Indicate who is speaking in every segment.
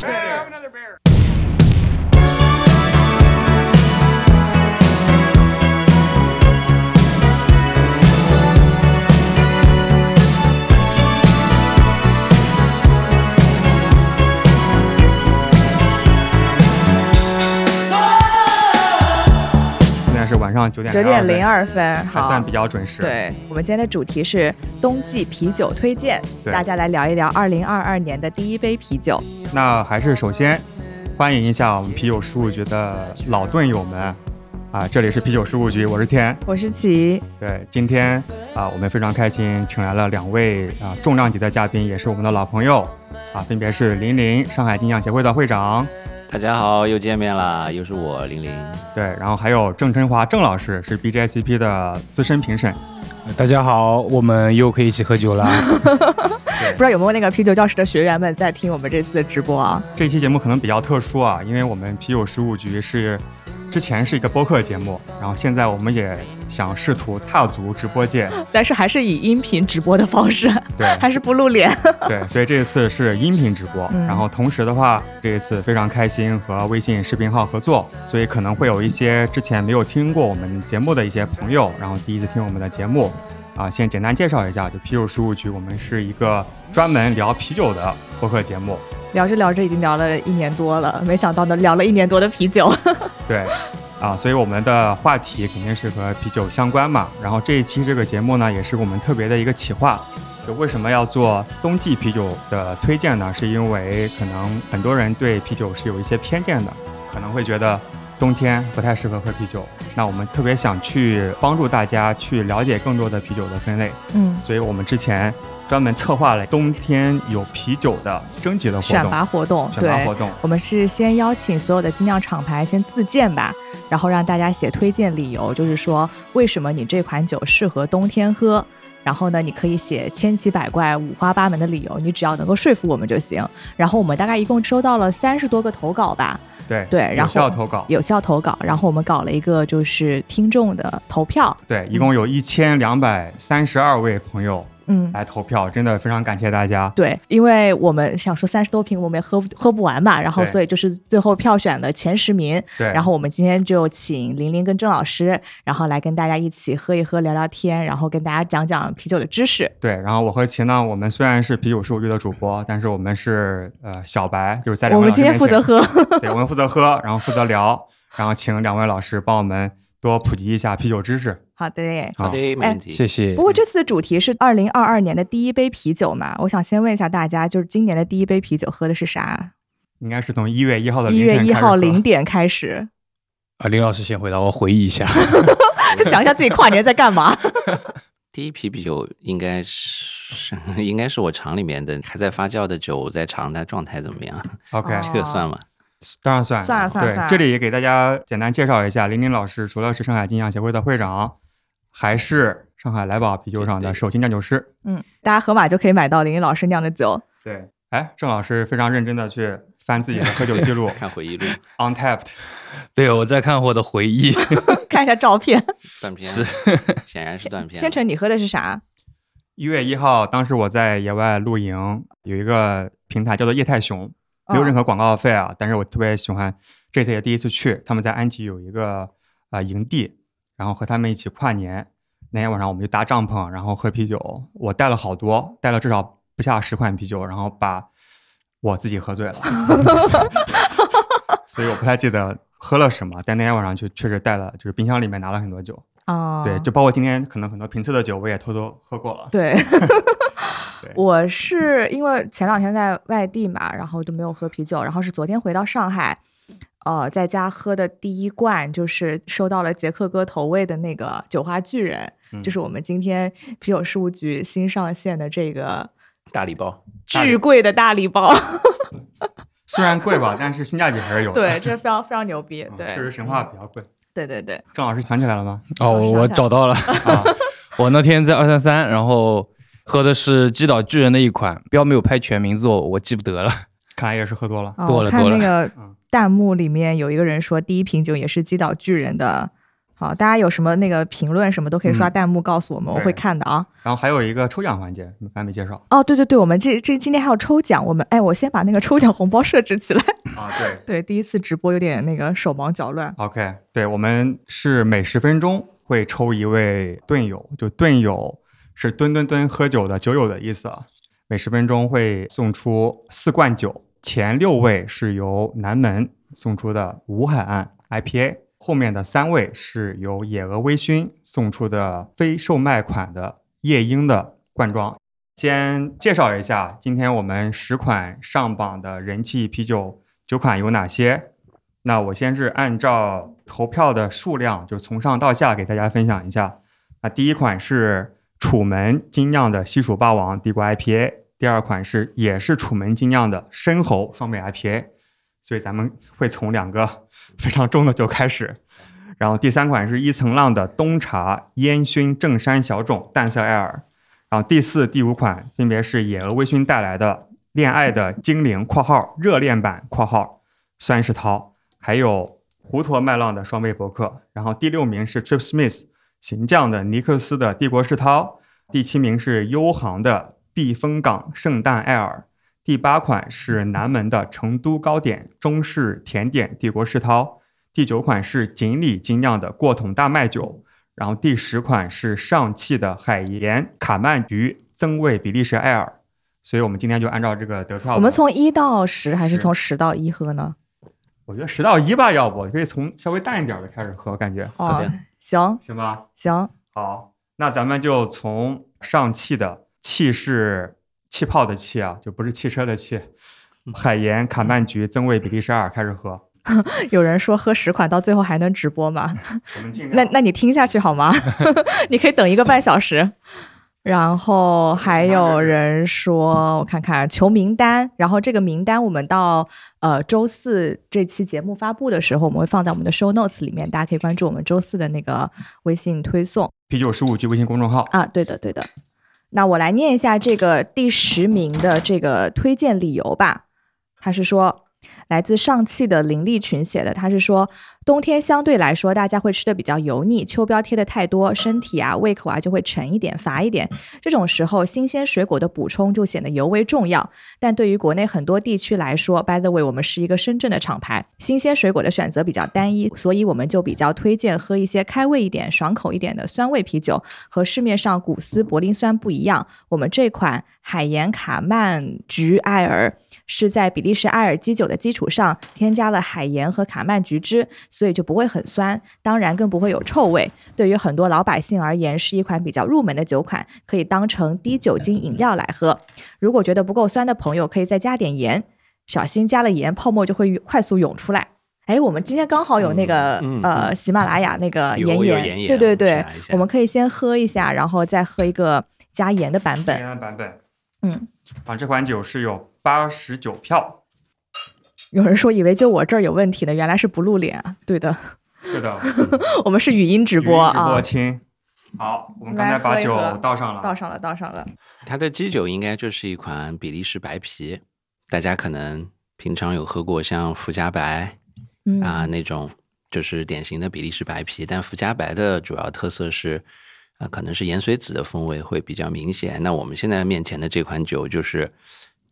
Speaker 1: Brother Bear.
Speaker 2: 现在是晚上九点
Speaker 3: 九点零
Speaker 2: 二，
Speaker 3: 二分，好，
Speaker 2: 还算比较准时。，
Speaker 3: 对，我们今天的主题是冬季啤酒推荐，
Speaker 2: 对
Speaker 3: 大家来聊一聊二零二二年的第一杯啤酒。
Speaker 2: 那还是首先欢迎一下我们啤酒事务局的老盾友们啊，这里是啤酒事务局，我是天。
Speaker 3: 我是琪，
Speaker 2: 对，今天啊，我们非常开心，请来了两位啊重量级的嘉宾，也是我们的老朋友啊，分别是林林，上海金匠协会的会长，
Speaker 4: 大家好，又见面啦，又是我玲玲。
Speaker 2: 对，然后还有郑晨华郑老师是 BJCP 的资深评审，
Speaker 5: 大家好，我们又可以一起喝酒了。啊
Speaker 3: 不知道有没有那个啤酒教室的学员们在听我们这次的直播啊？
Speaker 2: 这期节目可能比较特殊啊，因为我们啤酒事务局是之前是一个播客节目，然后现在我们也想试图踏足直播界，
Speaker 3: 但是还是以音频直播的方式，
Speaker 2: 对，
Speaker 3: 还是不露脸。
Speaker 2: 对，所以这次是音频直播，
Speaker 3: 嗯
Speaker 2: 然后同时的话，这一次非常开心和微信视频号合作，所以可能会有一些之前没有听过我们节目的一些朋友，然后第一次听我们的节目，啊，先简单介绍一下，就啤酒事务局，我们是一个专门聊啤酒的播客节目，
Speaker 3: 聊着聊着已经聊了一年多了，没想到呢，聊了一年多的啤酒。
Speaker 2: 对，啊，所以我们的话题肯定是和啤酒相关嘛。然后这一期这个节目呢，也是我们特别的一个企划。就为什么要做冬季啤酒的推荐呢？是因为可能很多人对啤酒是有一些偏见的，可能会觉得冬天不太适合喝啤酒。那我们特别想去帮助大家去了解更多的啤酒的分类，
Speaker 3: 嗯，
Speaker 2: 所以我们之前专门策划了冬天有啤酒的征集的活
Speaker 3: 选
Speaker 2: 动，
Speaker 3: 拔活动，
Speaker 2: 选拔
Speaker 3: 对
Speaker 2: 活，动。
Speaker 3: 我们是先邀请所有的精酿厂牌先自荐吧，然后让大家写推荐理由，就是说为什么你这款酒适合冬天喝。然后呢，你可以写千奇百怪、五花八门的理由，你只要能够说服我们就行。然后我们大概一共收到了三十多个投稿吧，
Speaker 2: 对
Speaker 3: 对然
Speaker 2: 有效
Speaker 3: 后
Speaker 2: 投稿。
Speaker 3: 有效投稿。然后我们搞了一个就是听众的投票，
Speaker 2: 对，一共有一千两百三十二位朋友
Speaker 3: 嗯，
Speaker 2: 来投票，真的非常感谢大家。
Speaker 3: 对，因为我们想说三十多瓶我们也喝不喝不完嘛，然后
Speaker 2: 对
Speaker 3: 所以就是最后票选的前十名，
Speaker 2: 对，
Speaker 3: 然后我们今天就请玲玲跟郑老师，然后来跟大家一起喝一喝、聊聊天，然后跟大家讲讲啤酒的知识。
Speaker 2: 对，然后我和秦呢，我们虽然是啤酒数据的主播，但是我们是呃小白，就是在两
Speaker 3: 我
Speaker 2: 位
Speaker 3: 们
Speaker 2: 老师
Speaker 3: 今天
Speaker 2: 面
Speaker 3: 负责
Speaker 2: 前，
Speaker 3: 喝，
Speaker 2: 对，我们负责喝，然后负责聊，然后请两位老师帮我们多普及一下啤酒知识。啊
Speaker 3: 好的耶。
Speaker 2: 好
Speaker 4: 好的，没问题。
Speaker 5: 哎谢谢
Speaker 3: 不。过这次的主题是二零二二年的第一杯啤酒嘛，我想先问一下大家，就是今年的第一杯啤酒喝的是啥？
Speaker 2: 应该是从一月一号的
Speaker 3: 一
Speaker 2: 哦凌晨
Speaker 3: 月一
Speaker 2: 开始
Speaker 3: 号
Speaker 2: 喝
Speaker 3: 零点开始，
Speaker 5: 啊，林老师先回答，我回忆一下。
Speaker 3: 想一下自己跨年在干嘛？
Speaker 4: 第一批啤酒应该是 应该是我厂里面的还在发酵的酒，在尝它状态怎么样，
Speaker 2: ，OK，、
Speaker 3: 哦
Speaker 4: 这个算吗？
Speaker 2: 当然算
Speaker 3: 算了算了
Speaker 2: 对，
Speaker 3: 算了
Speaker 2: 这里也给大家简单介绍一下，林林老师除了是上海金匠协会的会长，还是上海来宝啤酒厂
Speaker 4: 对
Speaker 2: 的
Speaker 4: 对
Speaker 2: 首席酿酒师。
Speaker 3: 嗯，大家盒马就可以买到林林老师酿的酒。
Speaker 2: 对，哎，郑老师非常认真的去翻自己的喝酒记录
Speaker 4: 看回忆录、
Speaker 2: ，Untapped，
Speaker 5: 对，我在看我的回忆。
Speaker 3: 看一下照片，
Speaker 4: 断片，显然是断
Speaker 2: 啊
Speaker 4: 片。
Speaker 3: 天成，你喝的是啥？
Speaker 2: 一月一号，当时我在野外露营，有一个平台叫做夜太熊，没有任
Speaker 3: 何。
Speaker 2: 何广告费啊，但是我特别喜欢，这次也第一次去，他们在安吉有一个呃营地，然后和他们一起跨年，那天晚上我们就搭帐篷，然后喝啤酒，我带了好多，带了至少不下十款啤酒，然后把我自己喝 醉了， 所以我不太记得喝了什么，但那天晚上就确实带了，就是冰箱里面拿了很多酒，
Speaker 3: 啊，
Speaker 2: 对，就包括今天可能很多评测的酒，我也偷偷喝过了，
Speaker 3: 对
Speaker 2: 对，
Speaker 3: 我是因为前两天在外地嘛，然后就没有喝啤酒，然后是昨天回到上海，呃，在家喝的第一罐就是收到了杰克哥投喂的那个酒花巨人，
Speaker 2: 嗯
Speaker 3: 就是我们今天啤酒事务局新上线的这个
Speaker 4: 大礼包，
Speaker 2: 大礼哦
Speaker 3: 巨贵的大礼包，
Speaker 2: 虽然贵 吧，但是性价比还是有的，
Speaker 3: 对，这非常非常牛逼，
Speaker 2: 嗯
Speaker 3: 对，
Speaker 2: 确实神话比较贵。
Speaker 3: 对对对，
Speaker 2: 郑老师想起来了吗？
Speaker 5: 哦，我找到了，
Speaker 2: 啊，
Speaker 5: 我那天在二三三，然后喝的是击倒巨人的一款，标没有拍全名字，我我记不得了。
Speaker 2: 看来也是喝多了。
Speaker 3: 啊
Speaker 5: 多
Speaker 3: 我
Speaker 5: 了
Speaker 3: 看
Speaker 5: 多
Speaker 3: 那
Speaker 5: 了
Speaker 3: 个
Speaker 2: 嗯
Speaker 3: 弹幕里面有一个人说，第一瓶酒也是击倒巨人的好，大家有什么那个评论什么都可以刷
Speaker 2: 嗯
Speaker 3: 弹幕告诉我们，我会
Speaker 2: 对
Speaker 3: 看的啊。
Speaker 2: 然后还有一个抽奖环节，你们还没介绍
Speaker 3: 哦，对对对，我们这这今天还有抽奖，我们哎，我先把那个抽奖红包设置起来。
Speaker 2: 啊？对
Speaker 3: 对，第一次直播有点那个手忙脚乱。
Speaker 2: ，OK，对我们是每十分钟会抽一位盾友，就盾友是蹲蹲蹲喝酒的酒友的意思啊。每十分钟会送出四罐酒，前六位是由南门送出的无海岸 IPA，后面的三位是由野鹅微醺送出的非售卖款的夜鹰的罐装。先介绍一下，今天我们十款上榜的人气啤酒九款有哪些？那我先是按照投票的数量，就从上到下给大家分享一下。那第一款是楚门精酿的西蜀霸王帝国 IPA，第二款是也是楚门精酿的深喉双倍 IPA，所以咱们会从两个 非常重的酒开始。然后第三款是一层浪的冬茶烟熏正山小种淡色艾尔，然后第四、第五款分别是野鹅微醺带来的恋爱的精灵（括号热恋版（括号）酸石涛），还有胡陀麦浪的双倍博客。然后第六名是 Trip Smith 行将的尼克斯的帝国世涛，第七名是优航的避风港圣诞艾尔，第八款是南门的成都糕点中式甜点帝国世涛，第九款是锦鲤精酿的过桶大麦酒，然后第十款是上汽的海盐卡曼菊增味比利时艾尔。所以我们今天就按照这个得票吧，
Speaker 3: 我们从一到十，还是
Speaker 2: 十
Speaker 3: 从十到一喝呢？
Speaker 2: 我觉得十到一吧，要不可以从稍微淡一点的开始喝，感觉
Speaker 4: 好
Speaker 3: 哦
Speaker 4: 的，
Speaker 3: 行
Speaker 2: 行吧？
Speaker 3: 行，
Speaker 2: 好，那咱们就从上汽的气是气泡的气啊，就不是汽车的气。海盐卡曼菊增味比利时艾尔开始喝，
Speaker 3: 有人说喝十款到最后还能直播吗？
Speaker 2: 我们尽量。
Speaker 3: 那那你听下去 好吗？你可以等一个半小时。然后还有人说，我看看求名单，然后这个名单我们到呃周四这期节目发布的时候，我们会放在我们的 show notes 里面，大家可以关注我们周四的那个微信推送
Speaker 2: 啤酒十五局微信公众号，
Speaker 3: 啊。对的，对的。那我来念一下这个第十名的这个推荐理由吧。他是说，来自上汽的林立群写的，他是说冬天相对来说大家会吃的比较油腻，秋膘贴的太多，身体啊胃口啊就会沉一点、乏一点。这种时候，新鲜水果的补充就显得尤为重要。但对于国内很多地区来说，by the way，我们是一个深圳的厂牌，新鲜水果的选择比较单一，所以我们就比较推荐喝一些开胃一点、爽口一点的酸味啤酒。和市面上古斯柏林酸不一样，我们这款海盐卡曼菊艾尔是在比利时艾尔基酒的基础上添加了海盐和卡曼菊汁，所以就不会很酸，当然更不会有臭味。对于很多老百姓而言，是一款比较入门的酒款，可以当成低酒精饮料来喝。如果觉得不够酸的朋友，可以再加点盐，小心加了盐，泡沫就会快速涌出来。哎，我们今天刚好有那个、
Speaker 4: 嗯嗯
Speaker 3: 呃喜马拉雅那个
Speaker 4: 有
Speaker 3: 盐
Speaker 4: 有
Speaker 3: 盐，
Speaker 4: 盐盐
Speaker 3: 对对
Speaker 4: 我
Speaker 3: 对
Speaker 4: 查一，下
Speaker 3: 我们可以先喝一下，然后再喝一个加盐的版
Speaker 2: 今
Speaker 3: 本。
Speaker 2: 天的版本。
Speaker 3: 嗯，
Speaker 2: 啊，这款酒是有八十九票，
Speaker 3: 有人说以为就我这儿有问题的，原来是不露脸啊。对的，
Speaker 2: 是的，
Speaker 3: 我们是语音直播
Speaker 2: 语音直播
Speaker 3: 啊。
Speaker 2: 亲。好，我们刚
Speaker 3: 来
Speaker 2: 才把
Speaker 3: 喝一
Speaker 2: 酒
Speaker 3: 喝
Speaker 2: 倒上了，
Speaker 3: 倒上了，倒上了。
Speaker 4: 它的基酒应该就是一款比利时白啤，大家可能平常有喝过像福加白
Speaker 3: 嗯
Speaker 4: 啊、那种，就是典型的比利时白啤。但福加白的主要特色是，啊、可能是盐水子的风味会比较明显。那我们现在面前的这款酒就是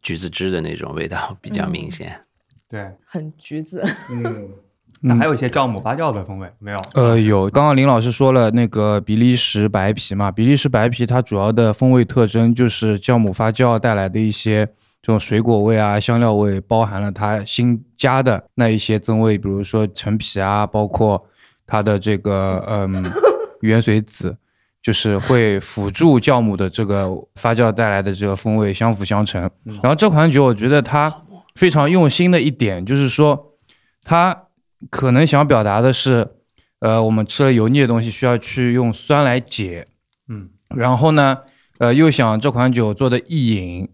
Speaker 4: 橘子汁的那种味道比较
Speaker 5: 嗯
Speaker 4: 明显。
Speaker 2: 对，
Speaker 3: 很橘子。
Speaker 2: 嗯，那还有一些酵母发酵的风味没有？
Speaker 5: 呃，有，刚刚林老师说了那个比利时白啤嘛，比利时白啤它主要的风味特征就是酵母发酵带来的一些这种水果味啊、香料味，包含了它新加的那一些增味，比如说陈皮啊，包括它的这个嗯原水子，就是会辅助酵母的这个发酵带来的这个风味相辅相成。然后这款酒，我觉得它非常用心的一点就是说，它可能想表达的是，呃，我们吃了油腻的东西需要去用酸来解，
Speaker 2: 嗯，
Speaker 5: 然后呢，呃，又想这款酒做的易饮，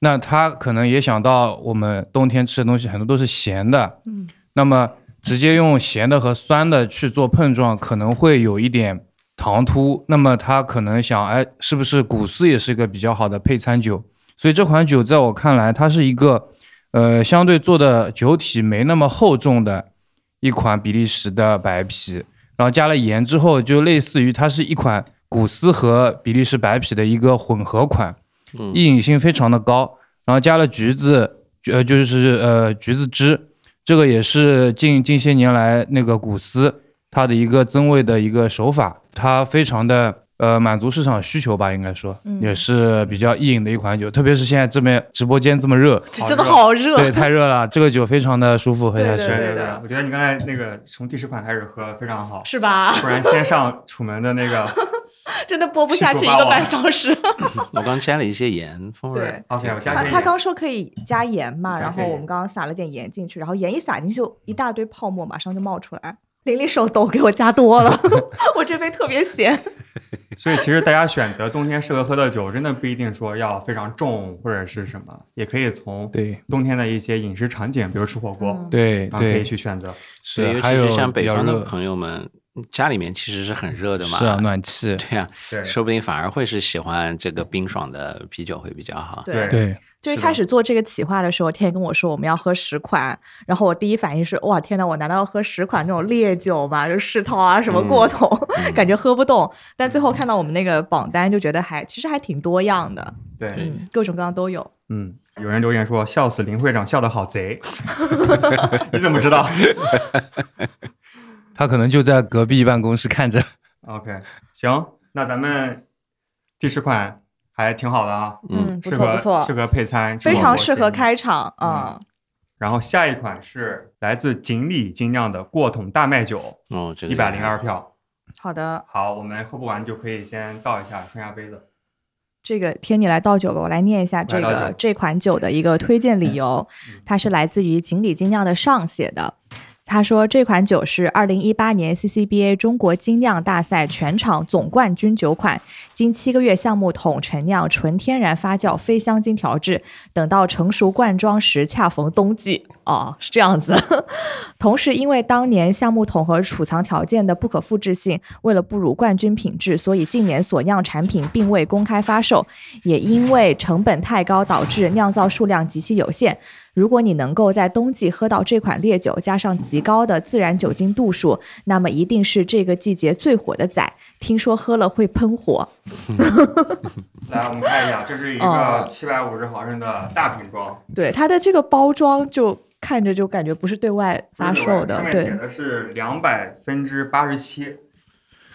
Speaker 5: 那它可能也想到我们冬天吃的东西很多都是咸的，
Speaker 3: 嗯，
Speaker 5: 那么直接用咸的和酸的去做碰撞，可能会有一点唐突。那么他可能想，哎，是不是古斯也是一个比较好的配餐酒？所以这款酒在我看来，它是一个呃相对做的酒体没那么厚重的一款比利时的白啤。然后加了盐之后，就类似于它是一款古斯和比利时白啤的一个混合款，
Speaker 4: 嗯
Speaker 5: 易饮性非常的高。然后加了橘子，呃，就是呃橘子汁，这个也是近近些年来那个古斯它的一个增味的一个手法，它非常的呃满足市场需求吧，应该说、
Speaker 3: 嗯
Speaker 5: 也是比较易饮的一款酒，特别是现在这边直播间这么热，
Speaker 3: 这真的好热，
Speaker 5: 对，太热了，这个酒非常的舒服喝下去。
Speaker 3: 对
Speaker 2: 对
Speaker 3: 的
Speaker 2: 我觉得你刚才那个从第十款开始喝非常好，
Speaker 3: 是吧？
Speaker 2: 不然先上楚门的那 个
Speaker 3: 真的播不下去
Speaker 2: 是
Speaker 3: 一
Speaker 2: 吧
Speaker 3: 个半小时。
Speaker 4: 我刚加了一些盐，风味儿
Speaker 3: 对
Speaker 2: OK，我加
Speaker 3: 啊
Speaker 2: 点，
Speaker 3: 他
Speaker 2: 盐
Speaker 3: 刚说可以加盐嘛，
Speaker 2: 加
Speaker 3: 然后
Speaker 2: 盐
Speaker 3: 我们刚刚撒了点盐进去，然后盐一撒进去，一大堆泡沫马上就冒出来。玲玲手抖，给我加多了， 我这杯特别咸。
Speaker 2: 所以其实大家选择冬天适合喝的酒，真的不一定说要非常重或者是什么，也可以从
Speaker 5: 对
Speaker 2: 冬天的一些饮食场景，比如吃火锅，
Speaker 3: 嗯
Speaker 5: 对
Speaker 2: 啊，可以
Speaker 5: 对，
Speaker 2: 去选择。
Speaker 5: 是
Speaker 4: 对，尤
Speaker 5: 还
Speaker 4: 其
Speaker 5: 有
Speaker 4: 是像北
Speaker 5: 比较
Speaker 4: 方的
Speaker 5: 热
Speaker 4: 朋友们，家里面其实是很热的嘛，
Speaker 5: 是啊，暖气，
Speaker 4: 对呀、
Speaker 2: 对，
Speaker 4: 说不定反而会是喜欢这个冰爽的啤酒会比较好。
Speaker 2: 对
Speaker 5: 对，
Speaker 3: 就一
Speaker 4: 是的
Speaker 3: 开始做这个企划的时候，天天跟我说我们要喝十款，然后我第一反应是哇天呐，我难道要喝十款那种烈酒吗？就世涛啊什么过头，
Speaker 4: 嗯
Speaker 3: 感觉喝不动。但最
Speaker 2: 嗯
Speaker 3: 后看到我们那个榜单，就觉得还其实还挺多样的，
Speaker 2: 对，
Speaker 3: 嗯，各种各样都有。
Speaker 2: 嗯，有人留言说笑死林会长笑得好贼， 你怎么知道
Speaker 5: 他可能就在隔壁办公室看着。
Speaker 2: ？OK，行，那咱们第十款还挺好的啊，
Speaker 4: 嗯，
Speaker 3: 嗯，不
Speaker 2: 适
Speaker 3: 错
Speaker 2: 合
Speaker 3: 不错
Speaker 2: 适，合配餐，吃
Speaker 3: 非
Speaker 2: 火
Speaker 3: 常
Speaker 2: 锅
Speaker 3: 适合
Speaker 2: 建议。
Speaker 3: 开场
Speaker 2: 嗯
Speaker 3: 啊。
Speaker 2: 然后下一款是来自锦鲤精酿的过桶大麦酒，
Speaker 4: 哦，这个
Speaker 2: 一百零二票。
Speaker 3: 好的，
Speaker 2: 好，我们喝不完就可以先倒一下，冲下杯子。
Speaker 3: 这个天你来倒酒吧，我来念一下这
Speaker 2: 来倒酒嗯
Speaker 3: 个这款酒的一个推荐理由，它是来自于锦鲤精酿的上写的。他说这款酒是二零一八年 CCBA 中国精酿大赛全场总冠军酒款，经七个月橡木桶陈酿，纯天然发酵，非香精调制，等到成熟灌装时恰逢冬季。哦，是这样子。同时，因为当年橡木桶和储藏条件的不可复制性，为了不辱冠军品质，所以近年所酿产品并未公开发售，也因为成本太高，导致酿造数量极其有限。如果你能够在冬季喝到这款烈酒，加上极高的自然酒精度数，那么一定是这个季节最火的仔。听说喝了会喷火，
Speaker 2: 来，我们看一下，这是一个
Speaker 3: 哦
Speaker 2: 七百五十毫升的大瓶装，
Speaker 3: 对它的这个包装就看着就感觉不是对外发售的
Speaker 2: 上，面写
Speaker 3: 对，
Speaker 2: 的是两百分之八十七，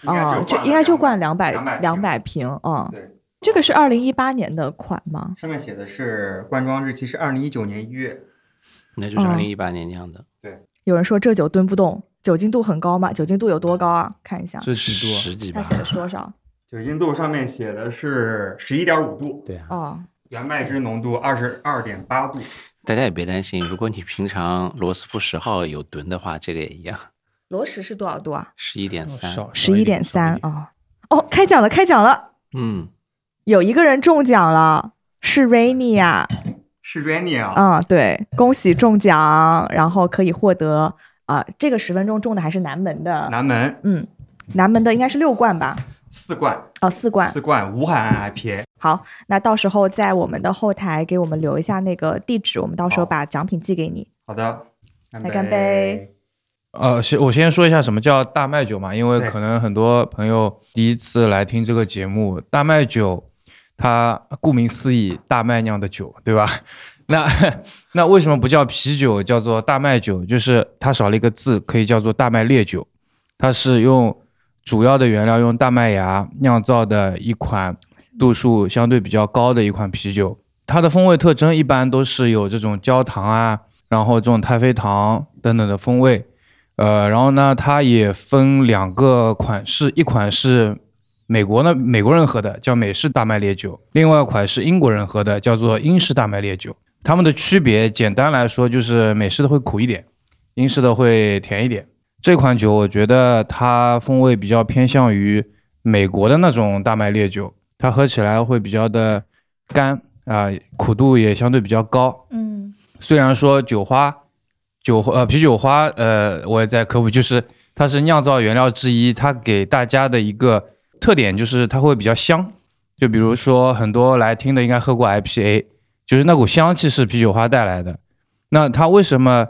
Speaker 3: 啊、就应该就灌两百两。百瓶，嗯，
Speaker 2: 对，
Speaker 3: 这个是二零一八年的款吗？
Speaker 2: 上面写的是灌装日期是二零一九年一月，
Speaker 4: 那就
Speaker 3: 嗯
Speaker 4: 是二零一八年酿的，
Speaker 3: 有人说这酒蹲不动，酒精度很高吗？酒精度有多高啊？看一下，
Speaker 5: 这几度啊？
Speaker 4: 十几
Speaker 3: 它
Speaker 4: 吧。
Speaker 3: 写的是多少？
Speaker 2: 酒精度上面写的是十一点五度，
Speaker 4: 对啊，
Speaker 3: 哦，
Speaker 2: 原麦汁浓度二十二点八度。
Speaker 4: 大家也别担心，如果你平常罗斯福十号有吨的话，这个也一样，
Speaker 3: 罗什是多少度啊？
Speaker 4: 十一点三。
Speaker 5: 哦少
Speaker 3: 十一点三，啊！哦，开奖了，开奖了，
Speaker 4: 嗯，
Speaker 3: 有一个人中奖了。是 Rainy 啊，
Speaker 2: 是 Rainy 啊，
Speaker 3: 啊、对，恭喜中奖，然后可以获得啊、这个十分钟中的还是南门的，
Speaker 2: 南门
Speaker 3: 嗯，南门的应该是六罐吧，
Speaker 2: 四罐，
Speaker 3: 哦，四罐，
Speaker 2: 四罐无海岸 IPA。
Speaker 3: 好，那到时候在我们的后台给我们留一下那个地址，我们到时候
Speaker 2: 好
Speaker 3: 把奖品寄给你。
Speaker 2: 好的，干
Speaker 3: 来干杯。
Speaker 5: 呃，先我先说一下什么叫大麦酒嘛，因为
Speaker 2: 对
Speaker 5: 可能很多朋友第一次来听这个节目，大麦酒它顾名思义，大麦酿的酒，对吧？ 那那为什么不叫啤酒，叫做大麦酒？就是它少了一个字，可以叫做大麦烈酒。它是用主要的原料用大麦芽酿造的一款度数相对比较高的一款啤酒。它的风味特征一般都是有这种焦糖啊，然后这种太妃糖等等的风味。呃，然后呢，它也分两个款式，一款是美国呢美国人喝的叫美式大麦烈酒，另外一款是英国人喝的叫做英式大麦烈酒。它们的区别，简单来说就是美式的会苦一点，英式的会甜一点。这款酒我觉得它风味比较偏向于美国的那种大麦烈酒，它喝起来会比较的干啊、苦度也相对比较高。
Speaker 3: 嗯，
Speaker 5: 虽然说酒花、酒花呃啤酒花呃，我也在科普，就是它是酿造原料之一，它给大家的一个特点就是它会比较香。就比如说很多来听的应该喝过 IPA，就是那股香气是啤酒花带来的。那它为什么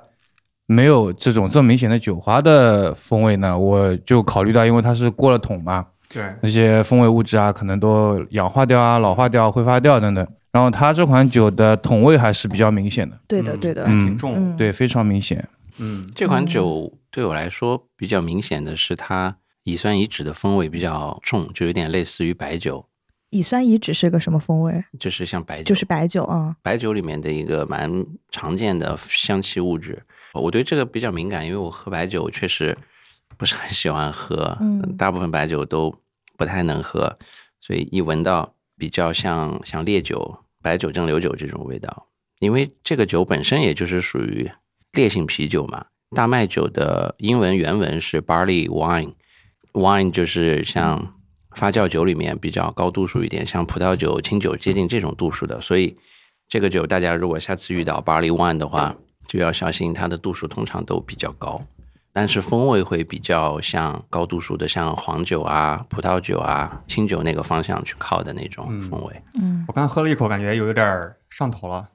Speaker 5: 没有这种这么明显的酒花的风味呢，我就考虑到，因为它是过了桶嘛，
Speaker 2: 对，
Speaker 5: 那些风味物质啊，可能都氧化掉啊、老化掉、挥发掉等等。然后它这款酒的桶味还是比较明显的，
Speaker 3: 对的，对的，
Speaker 5: 嗯
Speaker 2: 挺重，
Speaker 3: 嗯，
Speaker 5: 对，非常明显。
Speaker 2: 嗯
Speaker 4: 这款酒对我来说比较明显的是它乙酸乙酯的风味比较重，就有点类似于白酒，
Speaker 3: 乙酸乙酯是个什么风味？
Speaker 4: 就是像白酒，
Speaker 3: 就是白酒啊，
Speaker 4: 白酒里面的一个蛮常见的香气物质。我对这个比较敏感，因为我喝白酒确实不是很喜欢喝，
Speaker 3: 嗯
Speaker 4: 大部分白酒都不太能喝，所以一闻到比较像像烈酒、白酒、蒸馏酒这种味道，因为这个酒本身也就是属于烈性啤酒嘛。大麦酒的英文原文是 barley wine，wine 就是像发酵酒里面比较高度数一点，像葡萄酒、清酒接近这种度数的，所以这个酒大家如果下次遇到 barley wine 的话，就要小心，它的度数通常都比较高，但是风味会比较像高度数的，像黄酒啊、葡萄酒啊、清酒那个方向去靠的那种
Speaker 2: 嗯
Speaker 4: 风味，
Speaker 3: 嗯
Speaker 2: 我刚喝了一口，感觉有点儿上头了，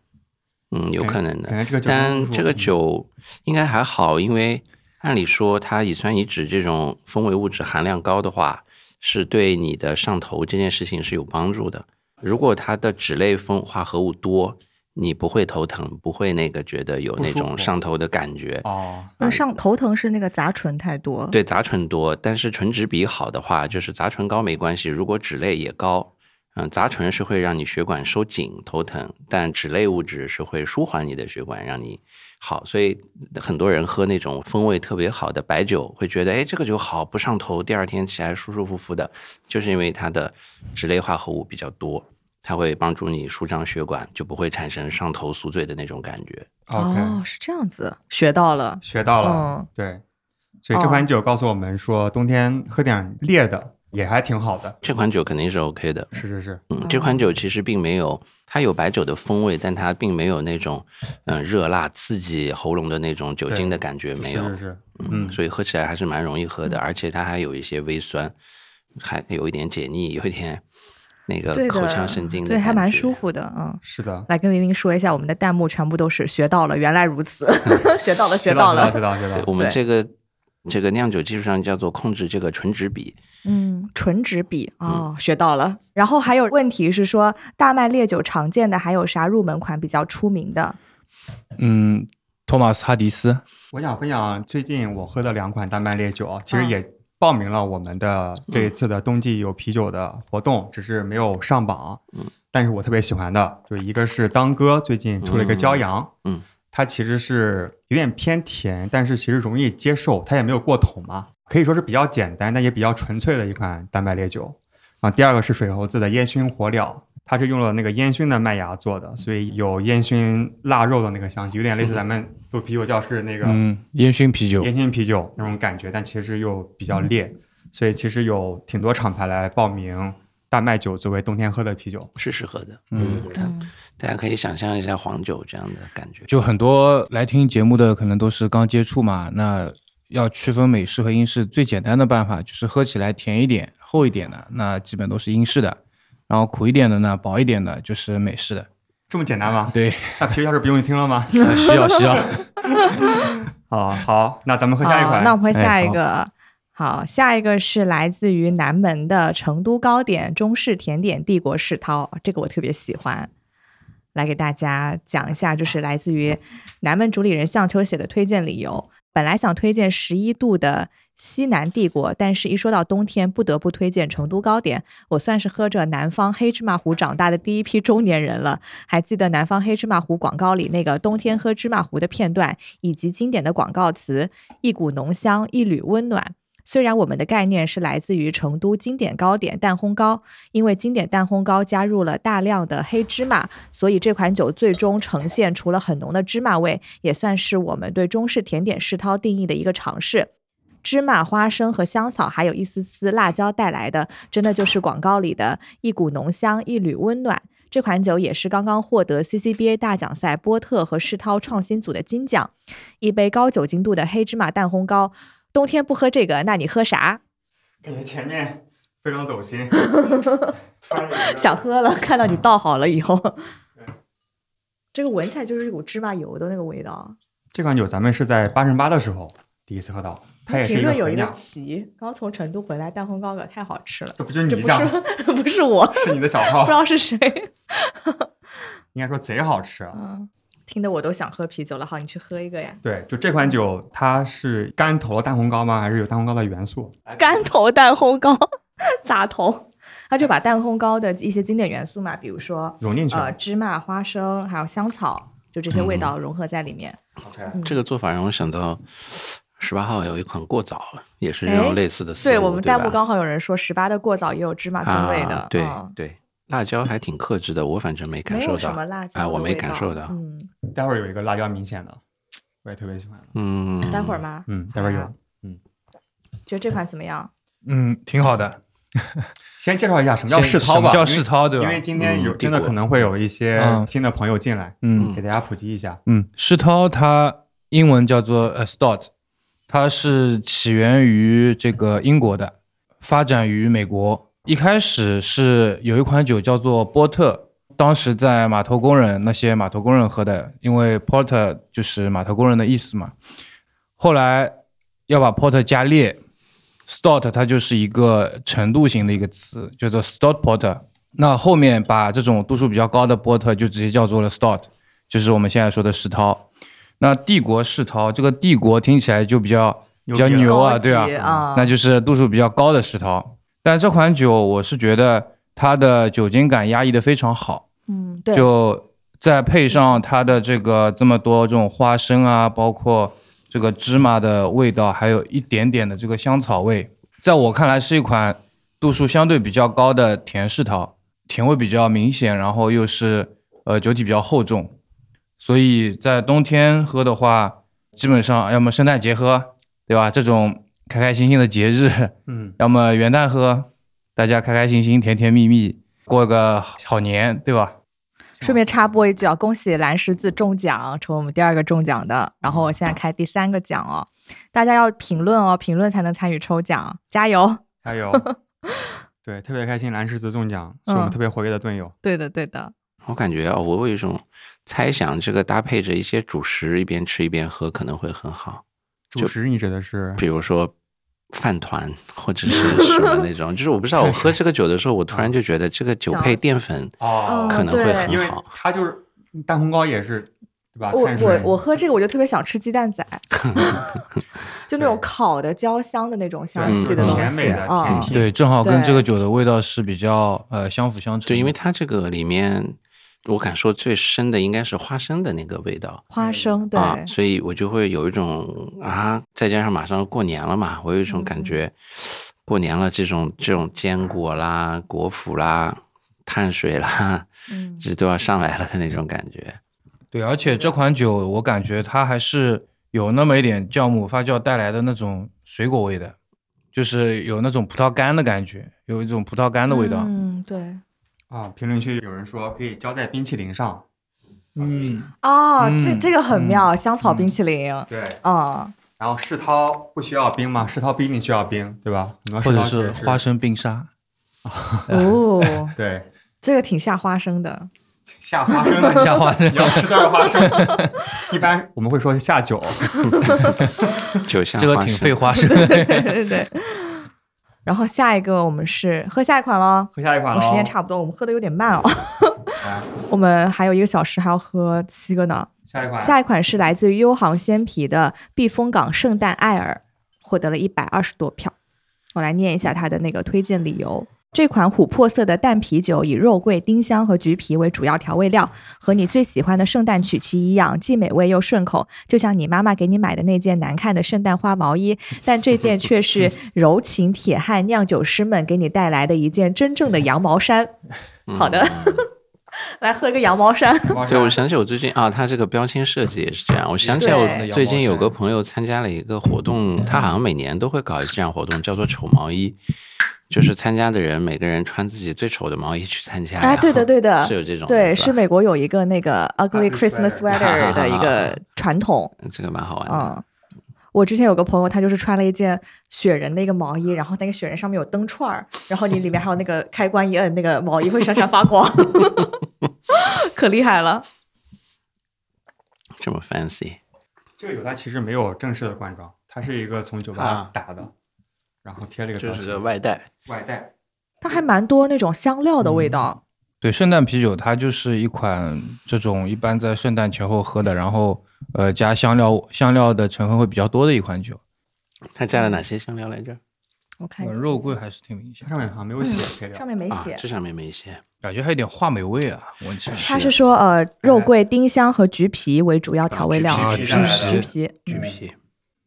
Speaker 4: 嗯，有可能的
Speaker 2: 感。觉这个酒，
Speaker 4: 但这个，酒应该还好，因为按理说它乙酸乙酯这种风味物质含量高的话，是对你的上头这件事情是有帮助的。如果它的酯类风化合物多，你不会头疼，不会那个觉得有
Speaker 2: 不
Speaker 4: 那
Speaker 2: 舒服
Speaker 4: 种上头的感觉。
Speaker 2: 哦，
Speaker 3: 就是嗯上头疼是那个杂醇太多，，
Speaker 4: 对杂醇多，但是醇酯比好的话，就是杂醇高没关系，如果酯类也高，嗯，杂醇是会让你血管收紧、头疼，但酯类物质是会舒缓你的血管，让你好。所以很多人喝那种风味特别好的白酒，会觉得哎这个酒好不上头，第二天起来舒舒服服的，就是因为它的酯类化合物比较多。它会帮助你舒张血管，就不会产生上头宿醉的那种感觉。
Speaker 2: OK，
Speaker 3: 哦，是这样子，学到了，
Speaker 2: 学到了，
Speaker 3: 嗯
Speaker 2: 对，所以这款酒告诉我们说，冬天喝点烈的也还挺好的，
Speaker 4: 这款酒肯定是 OK 的，
Speaker 2: 是是是，
Speaker 4: 嗯，这款酒其实并没有，它有白酒的风味，但它并没有那种嗯、呃热辣刺激喉咙的那种酒精的感觉，没有
Speaker 2: 是，是是，
Speaker 4: 嗯，
Speaker 2: 嗯
Speaker 4: 所以喝起来还是蛮容易喝
Speaker 3: 嗯
Speaker 4: 的，而且它还有一些微酸，还有一点解腻，有一点那个
Speaker 3: 对的，
Speaker 4: 口腔神经的
Speaker 3: 对，还蛮
Speaker 4: 感觉
Speaker 3: 舒。服的，嗯。
Speaker 2: 是的，
Speaker 3: 来跟玲玲说一下，我们的弹幕全部都是学到了，原来如此， 学到了，嗯学
Speaker 2: 学
Speaker 3: 到 了，
Speaker 2: 到学到
Speaker 4: 对
Speaker 2: 学到，
Speaker 4: 我们
Speaker 3: 对
Speaker 4: 这个这个酿酒技术上叫做控制这个醇酯比，
Speaker 3: 嗯，纯纸笔哦，学到了。然后还有问题是说，大麦烈酒常见的还有啥入门款比较出名的？
Speaker 5: 嗯，托马斯哈迪斯，
Speaker 2: 我想分享最近我喝的两款丹麦烈酒，其
Speaker 4: 嗯
Speaker 2: 实也报名了我们的这一次的冬季有啤酒的活动，只是没有上榜。
Speaker 4: 嗯，
Speaker 2: 但是我特别喜欢的，就一个是当哥最近出了一个骄阳，
Speaker 4: 嗯嗯
Speaker 2: 它其实是有点偏甜，但是其实容易接受，它也没有过桶嘛，可以说是比较简单，但也比较纯粹的一款丹麦烈酒。啊，第二个是水猴子的烟熏火燎，它是用了那个烟熏的麦芽做的，所以有烟熏腊肉的那个香气，有点类
Speaker 4: 嗯
Speaker 2: 似咱们做啤酒教室那个
Speaker 5: 嗯，烟熏啤酒，
Speaker 2: 烟熏啤酒那种感觉，但其实又比较烈，所以其实有挺多厂牌来报名大麦酒作为冬天喝的啤酒。
Speaker 4: 是适合的。
Speaker 5: 嗯，
Speaker 4: 它大家可以想象一下黄酒这样的感觉。
Speaker 5: 就很多来听节目的可能都是刚接触嘛，那要区分美式和英式，最简单的办法就是喝起来甜一点、厚一点的，那基本都是英式的；然后苦一点的呢，薄一点的就是美式的。
Speaker 2: 这么简单吗？
Speaker 5: 对，
Speaker 2: 那啤酒教室不用听了吗？
Speaker 5: 需要需要。
Speaker 2: 啊，好，那咱们喝下一
Speaker 3: 好
Speaker 2: 款。
Speaker 3: 哦啊那我们下
Speaker 5: 哎
Speaker 3: 一个。好，下一个是来自于南门的成都糕点中式甜点帝国世涛，这个我特别喜欢。来给大家讲一下，就是来自于南门主理人向秋写的推荐理由。本来想推荐十一度的西南帝国，但是一说到冬天，不得不推荐成都糕点。我算是喝着南方黑芝麻糊长大的第一批中年人了，还记得南方黑芝麻糊广告里那个冬天喝芝麻糊的片段，以及经典的广告词“一股浓香，一缕温暖”。虽然我们的概念是来自于成都经典糕点蛋烘糕，因为经典蛋烘糕加入了大量的黑芝麻，所以这款酒最终呈现除了很浓的芝麻味，也算是我们对中式甜点世涛定义的一个尝试。芝麻、花生和香草，还有一丝丝辣椒带来的，真的就是广告里的一股浓香，一缕温暖。这款酒也是刚刚获得 CCBA 大奖赛波特和世涛创新组的金奖。一杯高酒精度的黑芝麻蛋烘糕，冬天不喝这个，那你喝啥？
Speaker 2: 感觉前面非常走心， 突然有一个
Speaker 3: 想喝了，看到你 倒好了以后，这个闻起来就是一股芝麻油的那个味道。
Speaker 2: 这款酒咱们是在八十八的时候第一次喝到，它也是
Speaker 3: 评
Speaker 2: 一个
Speaker 3: 论有
Speaker 2: 很
Speaker 3: 一个
Speaker 2: 酿，
Speaker 3: 奇，刚从成都回来，蛋烘糕可太好吃了。
Speaker 2: 这不就是
Speaker 3: 这
Speaker 2: 你
Speaker 3: 不
Speaker 2: 讲，
Speaker 3: 是 不是我，不
Speaker 2: 是你的小
Speaker 3: 知
Speaker 2: 号，
Speaker 3: 道是谁。
Speaker 2: 应该说贼好吃。啊
Speaker 3: 嗯，听得我都想喝啤酒了。好，你去喝一 个呀。
Speaker 2: 对，就这款酒，它是干头的蛋烘糕吗？还是有蛋烘糕的元素？
Speaker 3: 干头蛋烘糕， 咋头？他就把蛋烘糕的一些经典元素嘛，比如说
Speaker 2: 融进去了。嗯
Speaker 3: 呃芝麻、花生，还有香草，就这些味道融合在里面。
Speaker 2: OK，
Speaker 4: 这个做法让我想到十八号有一款过早，也是用类似的思路，
Speaker 3: 对我们弹幕
Speaker 4: 吧
Speaker 3: 刚好有人说十八的过早也有芝麻
Speaker 4: 啊，
Speaker 3: 滋味的，
Speaker 4: 对、
Speaker 3: 嗯
Speaker 4: 对，辣椒还挺克制的，我反正没感
Speaker 3: 没
Speaker 4: 受
Speaker 3: 有什
Speaker 4: 到
Speaker 3: 么辣椒
Speaker 4: 啊，
Speaker 3: 的
Speaker 4: 我没
Speaker 3: 味
Speaker 4: 感
Speaker 3: 道
Speaker 4: 受到。
Speaker 3: 嗯，
Speaker 2: 待会儿有一个辣椒明显的，我也特别喜欢。
Speaker 4: 嗯，
Speaker 3: 待会儿吗？
Speaker 2: 嗯，待会儿
Speaker 3: 好啊
Speaker 2: 有。
Speaker 3: 觉得这款怎么样？
Speaker 5: 嗯，挺好的。
Speaker 2: 先介绍一下什么叫
Speaker 5: 先
Speaker 2: 世涛吧，
Speaker 5: 什么
Speaker 2: 因
Speaker 5: 叫
Speaker 2: 为
Speaker 5: 世涛对吧
Speaker 2: 因为今天有
Speaker 4: 嗯
Speaker 2: 真的
Speaker 4: 帝国
Speaker 2: 可能会有一些
Speaker 5: 嗯
Speaker 2: 新的朋友进来，
Speaker 5: 嗯
Speaker 2: 给大家普及一下。
Speaker 5: 嗯，世涛它英文叫做呃 stout，它是起源于这个英国的，发展于美国。一开始是有一款酒叫做波特，当时在码头工人那些码头工人喝的，因为 porter 就是码头工人的意思嘛。后来要把 porter 加烈，stout 它就是一个程度型的一个词，叫做 stout porter。那后面把这种度数比较高的波特就直接叫做了 stout。就是我们现在说的世涛。那帝国世涛，这个帝国听起来就比较比较
Speaker 2: 牛逼了
Speaker 5: 牛啊，
Speaker 3: 高
Speaker 5: 对啊
Speaker 3: 级，啊
Speaker 5: 那就是度数比较高的世涛。但这款酒，我是觉得它的酒精感压抑的非常好，
Speaker 3: 嗯，对，
Speaker 5: 就再配上它的这个这么多这种花生啊，包括这个芝麻的味道，还有一点点的这个香草味，在我看来是一款度数相对比较高的甜世桃，甜味比较明显，然后又是呃酒体比较厚重，所以在冬天喝的话，基本上要么圣诞节喝，对吧？这种开开心心的节日，
Speaker 2: 嗯，
Speaker 5: 要么元旦喝，大家开开心心、甜甜蜜蜜过个好年，对吧？
Speaker 3: 顺便插播一句啊，恭喜蓝十字中奖，成为我们第二个中奖的。然后我现在开第三个奖哦，大家要评论哦，评论才能参与抽奖，加油！
Speaker 2: 还 有，对，特别开心，蓝十字中奖是
Speaker 3: 嗯
Speaker 2: 我们特别活跃的队友。
Speaker 3: 对的，对的，
Speaker 4: 我感觉啊，我有一种猜想，这个搭配着一些主食，一边吃一边喝可能会很好，
Speaker 2: 主食你指的是
Speaker 4: 比如说。饭团或者是什么那种，就是我不知道，我喝这个酒的时候，我突然就觉得这个酒配淀粉
Speaker 2: 哦
Speaker 4: 可能会
Speaker 3: 对
Speaker 4: 很
Speaker 2: 因为
Speaker 4: 好。
Speaker 2: 它就是蛋烘糕也是对吧？
Speaker 3: 我
Speaker 2: 碳
Speaker 3: 我
Speaker 2: 水
Speaker 3: 我喝这个我就特别想吃鸡蛋仔，就那种烤的焦香的那种香
Speaker 2: 对
Speaker 3: 气的东
Speaker 2: 甜
Speaker 3: 西
Speaker 2: 美的甜
Speaker 3: 啊
Speaker 2: 品。
Speaker 5: 对，正好跟
Speaker 3: 对
Speaker 5: 这个酒的味道是比较呃相辅相成的。
Speaker 4: 对，因为它这个里面，我感受最深的应该是花生的那个味道
Speaker 3: 花生对，
Speaker 4: 啊，所以我就会有一种啊，再加上马上过年了嘛，我有一种
Speaker 3: 嗯
Speaker 4: 感觉，过年了这种这种坚果啦、果脯啦、碳水啦，
Speaker 3: 嗯，
Speaker 4: 这都要上来了的那种感 觉。
Speaker 5: 对，而且这款酒我感觉它还是有那么一点酵母发酵带来的那种水果味的，就是有那种葡萄干的感觉，有一种葡萄干的味道。
Speaker 3: 嗯，对，
Speaker 2: 啊，评论区有人说可以浇在冰淇淋上，
Speaker 5: 嗯，
Speaker 3: 哦，这
Speaker 5: 嗯
Speaker 3: 这个很妙，香草冰淇淋，
Speaker 2: 对。
Speaker 3: 嗯，
Speaker 2: 然后世涛不需要冰吗？世涛不一定需要冰，对吧？很多
Speaker 5: 或
Speaker 2: 世涛
Speaker 5: 者是
Speaker 2: 其实
Speaker 5: 花生冰沙。
Speaker 3: 哦，
Speaker 2: 对
Speaker 3: 这个挺下花生 的，
Speaker 2: 下花生 的
Speaker 5: 下花生
Speaker 2: 你要吃多少花生？ 一般我们会说下酒，
Speaker 4: 酒香
Speaker 5: 这个
Speaker 4: 花
Speaker 5: 挺
Speaker 4: 生
Speaker 5: 费花生的。
Speaker 3: 对对对。然后下一个我们是喝下一款喽，
Speaker 2: 喝下一
Speaker 3: 我
Speaker 2: 款
Speaker 3: 们
Speaker 2: 喽。哎
Speaker 3: 时间差不多，我们喝的有点慢哦，
Speaker 2: 来
Speaker 3: 我们还有一个小时还要喝七个呢。
Speaker 2: 下一款，
Speaker 3: 下一款是来自于优航鲜啤的避风港圣诞艾尔，获得了一百二十多票。我来念一下它的那个推荐理由。这款琥珀色的淡啤酒以肉桂、丁香和橘皮为主要调味料，和你最喜欢的圣诞曲奇一样，既美味又顺口，就像你妈妈给你买的那件难看的圣诞花毛 衣，但这件却是柔情铁汉酿酒师们给你带来的一件真正的羊毛衫。
Speaker 4: 嗯
Speaker 3: 好的，来喝一个羊毛衫。
Speaker 2: 花
Speaker 4: 对，
Speaker 2: 生
Speaker 4: 我想起我最近啊，它这个标签设计也是这样。我想起来，
Speaker 3: 对
Speaker 4: 我最近有个朋友参加了一个活动，他好像每年都会搞一这样活动，叫做“丑毛衣”，就是参加的人每个人穿自己最丑的毛衣去参加。
Speaker 3: 哎，对的，对的，
Speaker 4: 是有这种的
Speaker 3: 对，
Speaker 4: 是吧
Speaker 3: 是美国有一个那个
Speaker 2: Ugly
Speaker 3: ugly Christmas
Speaker 2: sweater
Speaker 3: sweater 的一个传统，
Speaker 4: 这个蛮好玩的。
Speaker 3: 嗯。我之前有个朋友，他就是穿了一件雪人的一个毛衣， 然后那个雪人上面有灯串儿，然后你里面还有那个开关一摁，那个毛衣会闪闪发光， 可厉害了。
Speaker 4: 这么 fancy，
Speaker 2: 这个酒它其实没有正式的罐装，它是一个从酒吧
Speaker 4: 啊
Speaker 2: 打的，然后贴了一个标
Speaker 4: 就是
Speaker 2: 签，
Speaker 4: 外带，
Speaker 2: 外带。
Speaker 3: 它还蛮多那种香料的味道，
Speaker 5: 对，圣诞啤酒它就是一款这种一般在圣诞前后喝的，然后呃加香料香料的成分会比较多的一款酒。
Speaker 4: 它加了哪些香料来着？
Speaker 3: 我看
Speaker 5: 呃
Speaker 3: 一下
Speaker 5: 肉桂还是挺明显
Speaker 2: 它
Speaker 5: 的，
Speaker 2: 上面好像没有写配料，
Speaker 3: 嗯上面没
Speaker 4: 啊
Speaker 3: 写，，
Speaker 4: 这上面没写。
Speaker 5: 感觉还有点话梅味啊，闻起来。
Speaker 3: 它是说呃肉桂、丁香和橘皮为主要调味料，
Speaker 5: 啊
Speaker 2: 橘皮
Speaker 5: 橘
Speaker 2: 是
Speaker 3: 橘
Speaker 5: 皮
Speaker 3: 皮，
Speaker 4: 橘皮，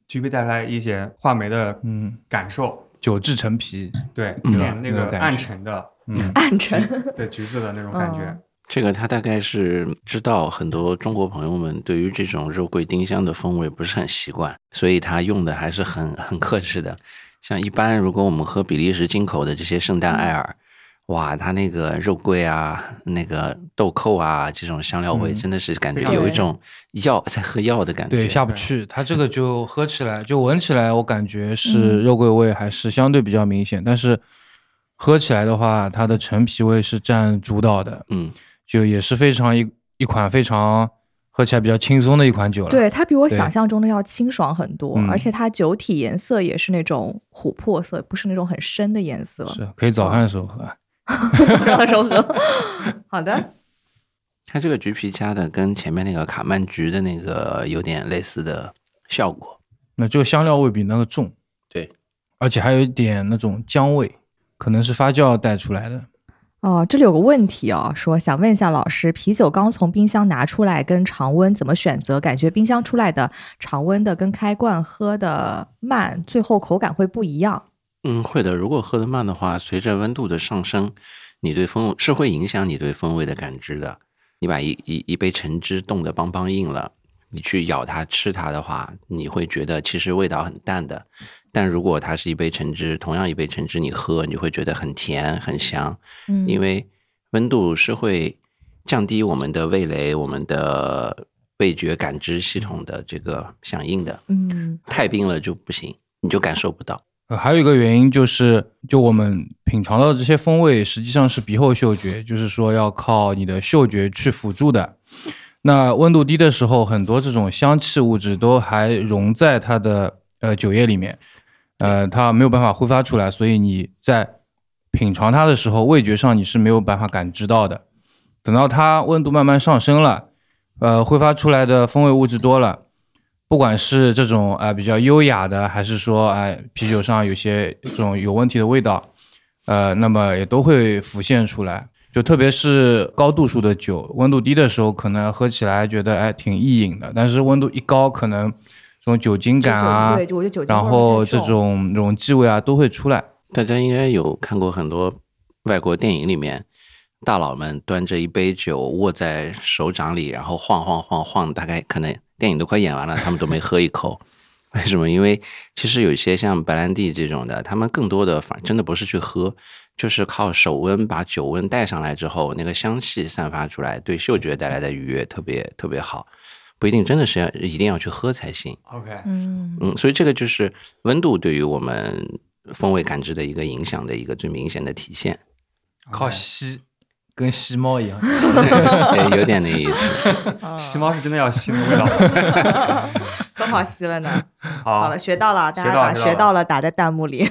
Speaker 2: 橘皮带来一些话梅的
Speaker 5: 嗯，
Speaker 2: 感受，
Speaker 5: 酒制成皮，
Speaker 2: 对，
Speaker 4: 嗯
Speaker 2: 有点那
Speaker 5: 那
Speaker 2: 个
Speaker 5: 种感觉
Speaker 2: 暗沉的
Speaker 5: 嗯
Speaker 3: 暗沉。
Speaker 2: 对橘子的那种感觉
Speaker 3: 嗯。
Speaker 4: 这个他大概是知道很多中国朋友们对于这种肉桂丁香的风味不是很习惯，所以他用的还是很很克制的。像一般如果我们喝比利时进口的这些圣诞艾尔，哇，它那个肉桂啊、那个豆蔻啊这种香料味，
Speaker 5: 嗯
Speaker 4: 真的是感觉
Speaker 2: 非常
Speaker 4: 有一
Speaker 3: 对
Speaker 4: 种药在喝药的感觉。
Speaker 5: 对，下不去。它这个就喝起来，就闻起来，我感觉是肉桂味还是相对比较明显，但是喝起来的话，它的陈皮味是占主导的，
Speaker 4: 嗯，
Speaker 5: 就也是非常一一款非常喝起来比较轻松的一款酒了。
Speaker 3: 对，它比我
Speaker 5: 对
Speaker 3: 想象中的要清爽很多，
Speaker 5: 嗯
Speaker 3: 而且它酒体颜色也是那种琥珀色，不是那种很深的颜色。
Speaker 5: 是可以早饭的时候喝。
Speaker 3: 让他手喝。 好的，
Speaker 4: 它这个橘皮加的跟前面那个卡曼橘的那个有点类似的效果。
Speaker 5: 那这个香料味比那个重，
Speaker 4: 对，
Speaker 5: 而且还有一点那种姜味，可能是发酵带出来的。
Speaker 3: 哦，这里有个问题哦，说想问一下老师，啤酒刚从冰箱拿出来，跟常温怎么选择？感觉冰箱出来的常温的跟开罐喝的慢，最后口感会不一样。
Speaker 4: 嗯，会的。如果喝得慢的话，随着温度的上升，你对风是会影响你对风味的感知的。你把一一一杯橙汁冻得梆梆硬了，你去咬它吃它的话，你会觉得其实味道很淡的。但如果它是一杯橙汁，同样一杯橙汁你喝，你会觉得很甜很香，
Speaker 3: 嗯
Speaker 4: 因为温度是会降低我们的味蕾、我们的味觉感知系统的这个响应的。
Speaker 3: 嗯，
Speaker 4: 太冰了就不行，你就感受不到。
Speaker 5: 呃，还有一个原因就是，就我们品尝到的这些风味，实际上是鼻后嗅觉，就是说要靠你的嗅觉去辅助的。那温度低的时候，很多这种香气物质都还融在它的呃酒液里面，呃，它没有办法挥发出来，所以你在品尝它的时候，味觉上你是没有办法感知到的。等到它温度慢慢上升了，呃，挥发出来的风味物质多了，不管是这种啊、呃比较优雅的，还是说哎、啤酒上有些这种有问题的味道，呃，那么也都会浮现出来。就特别是高度数的酒，温度低的时候，可能喝起来觉得哎挺易饮的，但是温度一高，可能这种酒精感啊，
Speaker 3: 对，我觉得酒精
Speaker 5: 然后这种容积味啊都会出来。
Speaker 4: 大家应该有看过很多外国电影里面，大佬们端着一杯酒握在手掌里，然后晃晃晃晃，大概可能电影都快演完了，他们都没喝一口。 为什么？因为其实有一些像白兰地这种的，他们更多的反真的不是去喝，就是靠手温把酒温带上来之后，那个香气散发出来，对嗅觉带来的愉悦特别特别好，不一定真的是要一定要去喝才行。
Speaker 2: OK，
Speaker 3: 嗯
Speaker 4: 嗯，所以这个就是温度对于我们风味感知的一个影响的一个最明显的体 现，
Speaker 5: 靠吸，跟吸猫一样。
Speaker 4: 对有点那意思。
Speaker 2: 吸猫是真的要吸那个味 道。
Speaker 3: 都好吸了呢。好
Speaker 2: 好
Speaker 3: 了，，学到了，大家把
Speaker 2: 学到了
Speaker 3: 学到了打在弹幕里。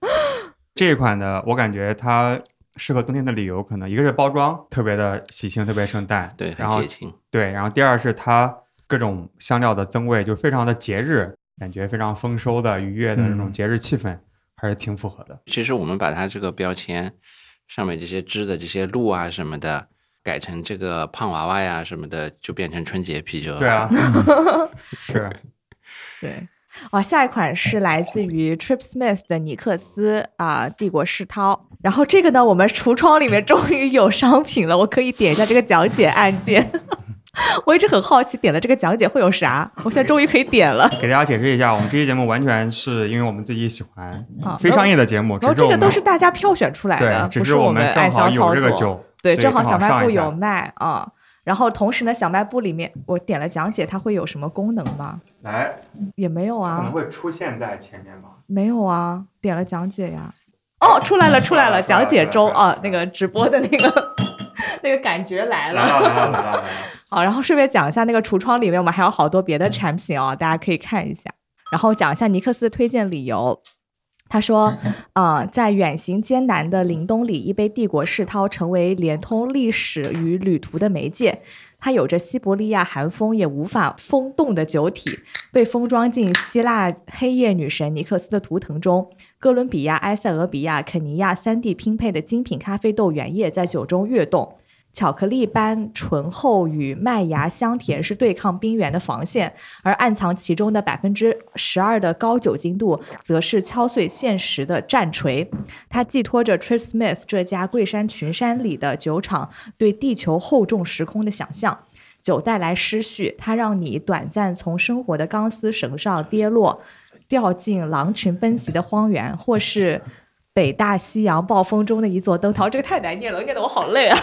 Speaker 2: 这一款呢，我感觉它适合冬天的理由，可能一个是包装特别的喜庆，特别圣诞，
Speaker 4: 对，
Speaker 2: 然
Speaker 4: 很
Speaker 2: 后
Speaker 4: 接近。
Speaker 2: 对，然后第二是它各种香料的增味，就非常的节日，感觉非常丰收的、愉悦的那种
Speaker 5: 嗯
Speaker 2: 节日气氛，还是挺符合的。
Speaker 4: 其实我们把它这个标签上面这些枝的这些鹿啊什么的，改成这个胖娃娃呀什么的，就变成春节啤酒了。
Speaker 2: 对 啊，是
Speaker 3: 对，啊，下一款是来自于 Trip Smith 的尼克斯啊、帝国世涛。然后这个呢，我们橱窗里面终于有商品了，我可以点一下这个讲解按键。 我一直很好奇，点了这个讲解会有啥？我现在终于可以点了。
Speaker 2: 给大家解释一下，我们这期节目完全是因为我们自己喜欢
Speaker 3: 啊
Speaker 2: 非商业的节目，只
Speaker 3: 然后
Speaker 2: 是
Speaker 3: 这
Speaker 2: 我
Speaker 3: 个
Speaker 2: 们
Speaker 3: 都是大家票选出来的，
Speaker 2: 对，只
Speaker 3: 不是
Speaker 2: 是我
Speaker 3: 们
Speaker 2: 正
Speaker 3: 暗
Speaker 2: 好
Speaker 3: 箱操
Speaker 2: 有这个
Speaker 3: 作。
Speaker 2: 酒，
Speaker 3: 对，
Speaker 2: 所以
Speaker 3: 正好
Speaker 2: 好
Speaker 3: 小卖
Speaker 2: 上
Speaker 3: 部
Speaker 2: 一下
Speaker 3: 有卖啊、然后同时呢，小卖部里面我点了讲解，它会有什么功能吗？
Speaker 2: 来，
Speaker 3: 也没有啊。
Speaker 2: 可能会出现在前面吧。
Speaker 3: 没有啊，点了讲解呀。哦，出来了，出
Speaker 2: 出来
Speaker 3: 来了，
Speaker 2: 了
Speaker 3: 讲解中
Speaker 2: 出来了
Speaker 3: 啊，那个直播的那个 那个感觉来
Speaker 2: 来了
Speaker 3: 了。
Speaker 2: 来了来了来了，
Speaker 3: 好，然后顺便讲一下那个橱窗里面，我们还有好多别的产品哦，大家可以看一下。然后讲一下尼克斯的推荐理由。他说，呃，在远行艰难的凛冬里，一杯帝国世涛成为连通历史与旅途的媒介。它有着西伯利亚寒风也无法风冻的酒体，被封装进希腊黑夜女神尼克斯的图腾中。哥伦比亚、埃塞俄比亚、肯尼亚三地拼配的精品咖啡豆原液在酒中跃动。巧克力般醇厚与麦芽香甜是对抗冰原的防线，而暗藏其中的百分之十二的高酒精度，则是敲碎现实的战锤。它寄托着 Trip Smith 这家桂山群山里的酒厂对地球厚重时空的想象。酒带来失序，它让你短暂从生活的钢丝绳上跌落，掉进狼群奔袭的荒原，或是北大西洋暴风中的一座灯塔。这个太难念了，念得我好累啊！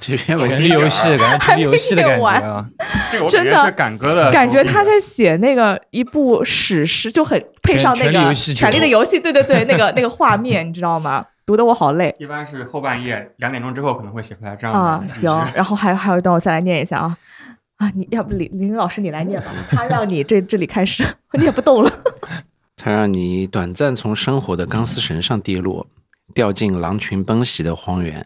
Speaker 4: 这篇文
Speaker 5: 权
Speaker 4: 章
Speaker 5: 力游戏，感觉权力游戏的感觉
Speaker 3: 还没
Speaker 5: 啊，
Speaker 2: 这个我
Speaker 3: 真
Speaker 2: 感
Speaker 3: 的
Speaker 2: 觉是赶哥 的，
Speaker 3: 感觉他在写那个一部史诗，就很配上那
Speaker 5: 权权力
Speaker 3: 个
Speaker 5: 游
Speaker 3: 《
Speaker 5: 戏
Speaker 3: 权力
Speaker 5: 就
Speaker 3: 的游戏》，对对对，那个那个画面，你知道吗？读的我好累
Speaker 2: 一般是后半夜两点钟之后可能会写出来这样的
Speaker 3: 啊、
Speaker 2: 感觉
Speaker 3: 行，然后还还有一段，我再来念一下啊啊！你要不林林老师你来念吧，他让你这这里开始， 我念不动了。
Speaker 4: 它让你短暂从生活的钢丝绳上跌落，掉进狼群奔袭的荒原，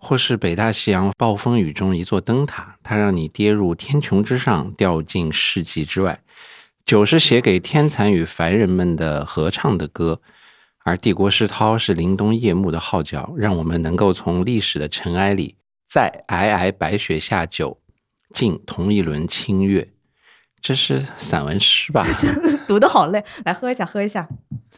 Speaker 4: 或是北大西洋暴风雨中一座灯塔，它让你跌入天穹之上，掉进世纪之外。酒是写给天蚕与凡人们的合唱的歌，而帝国世涛是凛冬夜幕的号角，让我们能够从历史的尘埃里，在皑皑白雪下酒，敬同一轮清月。这是散文诗吧？
Speaker 3: 读的好累，来喝一下，喝一下。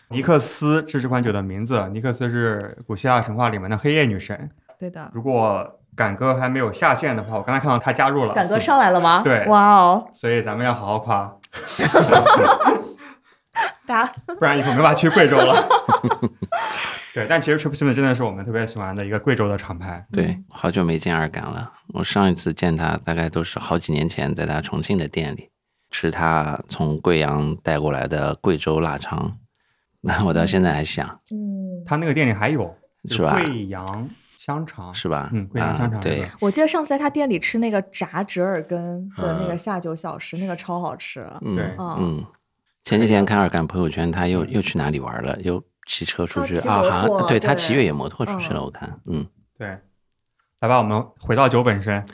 Speaker 2: 尼克斯是这款酒的名字，尼克斯是古希腊神话里面的黑夜女神。
Speaker 3: 对
Speaker 5: 啊
Speaker 3: 的，
Speaker 2: 如果赶哥还没有下线的话，我刚才看到他加入了，
Speaker 3: 赶哥上来了吗？
Speaker 2: 对
Speaker 3: 哇哦，
Speaker 2: 所以咱们要好好夸，
Speaker 3: 大家
Speaker 2: 不然以后没法去贵州了。 对，但其实 Trip Simon 真的是我们特别喜欢的一个贵州的厂牌。
Speaker 4: 对，好久没见二杆了。我上一次见他大概都是好几年前，在他重庆的店里吃他从贵阳带过来的贵州腊肠，那我到现在还想，
Speaker 3: 嗯，
Speaker 2: 他那个店里还有
Speaker 4: 是吧
Speaker 2: 就贵阳香肠
Speaker 4: 是吧？
Speaker 2: 嗯，贵阳
Speaker 4: 啊
Speaker 2: 香肠、
Speaker 4: 对，，
Speaker 3: 我记得上次在他店里吃那个炸折耳根的
Speaker 5: 啊
Speaker 3: 那个
Speaker 4: 嗯
Speaker 3: 下酒小吃，那个超好吃。
Speaker 4: 嗯
Speaker 2: 对嗯
Speaker 4: 嗯。前几天看二杆朋友圈，他又又去哪里玩了？又骑车出去
Speaker 3: 他骑
Speaker 4: 啊？
Speaker 3: 摩
Speaker 4: 好像
Speaker 3: 托
Speaker 4: 对他
Speaker 3: 对
Speaker 4: 骑越野摩托出去了，
Speaker 3: 嗯
Speaker 4: 我看，嗯。
Speaker 2: 对。来吧，我们回到酒本身。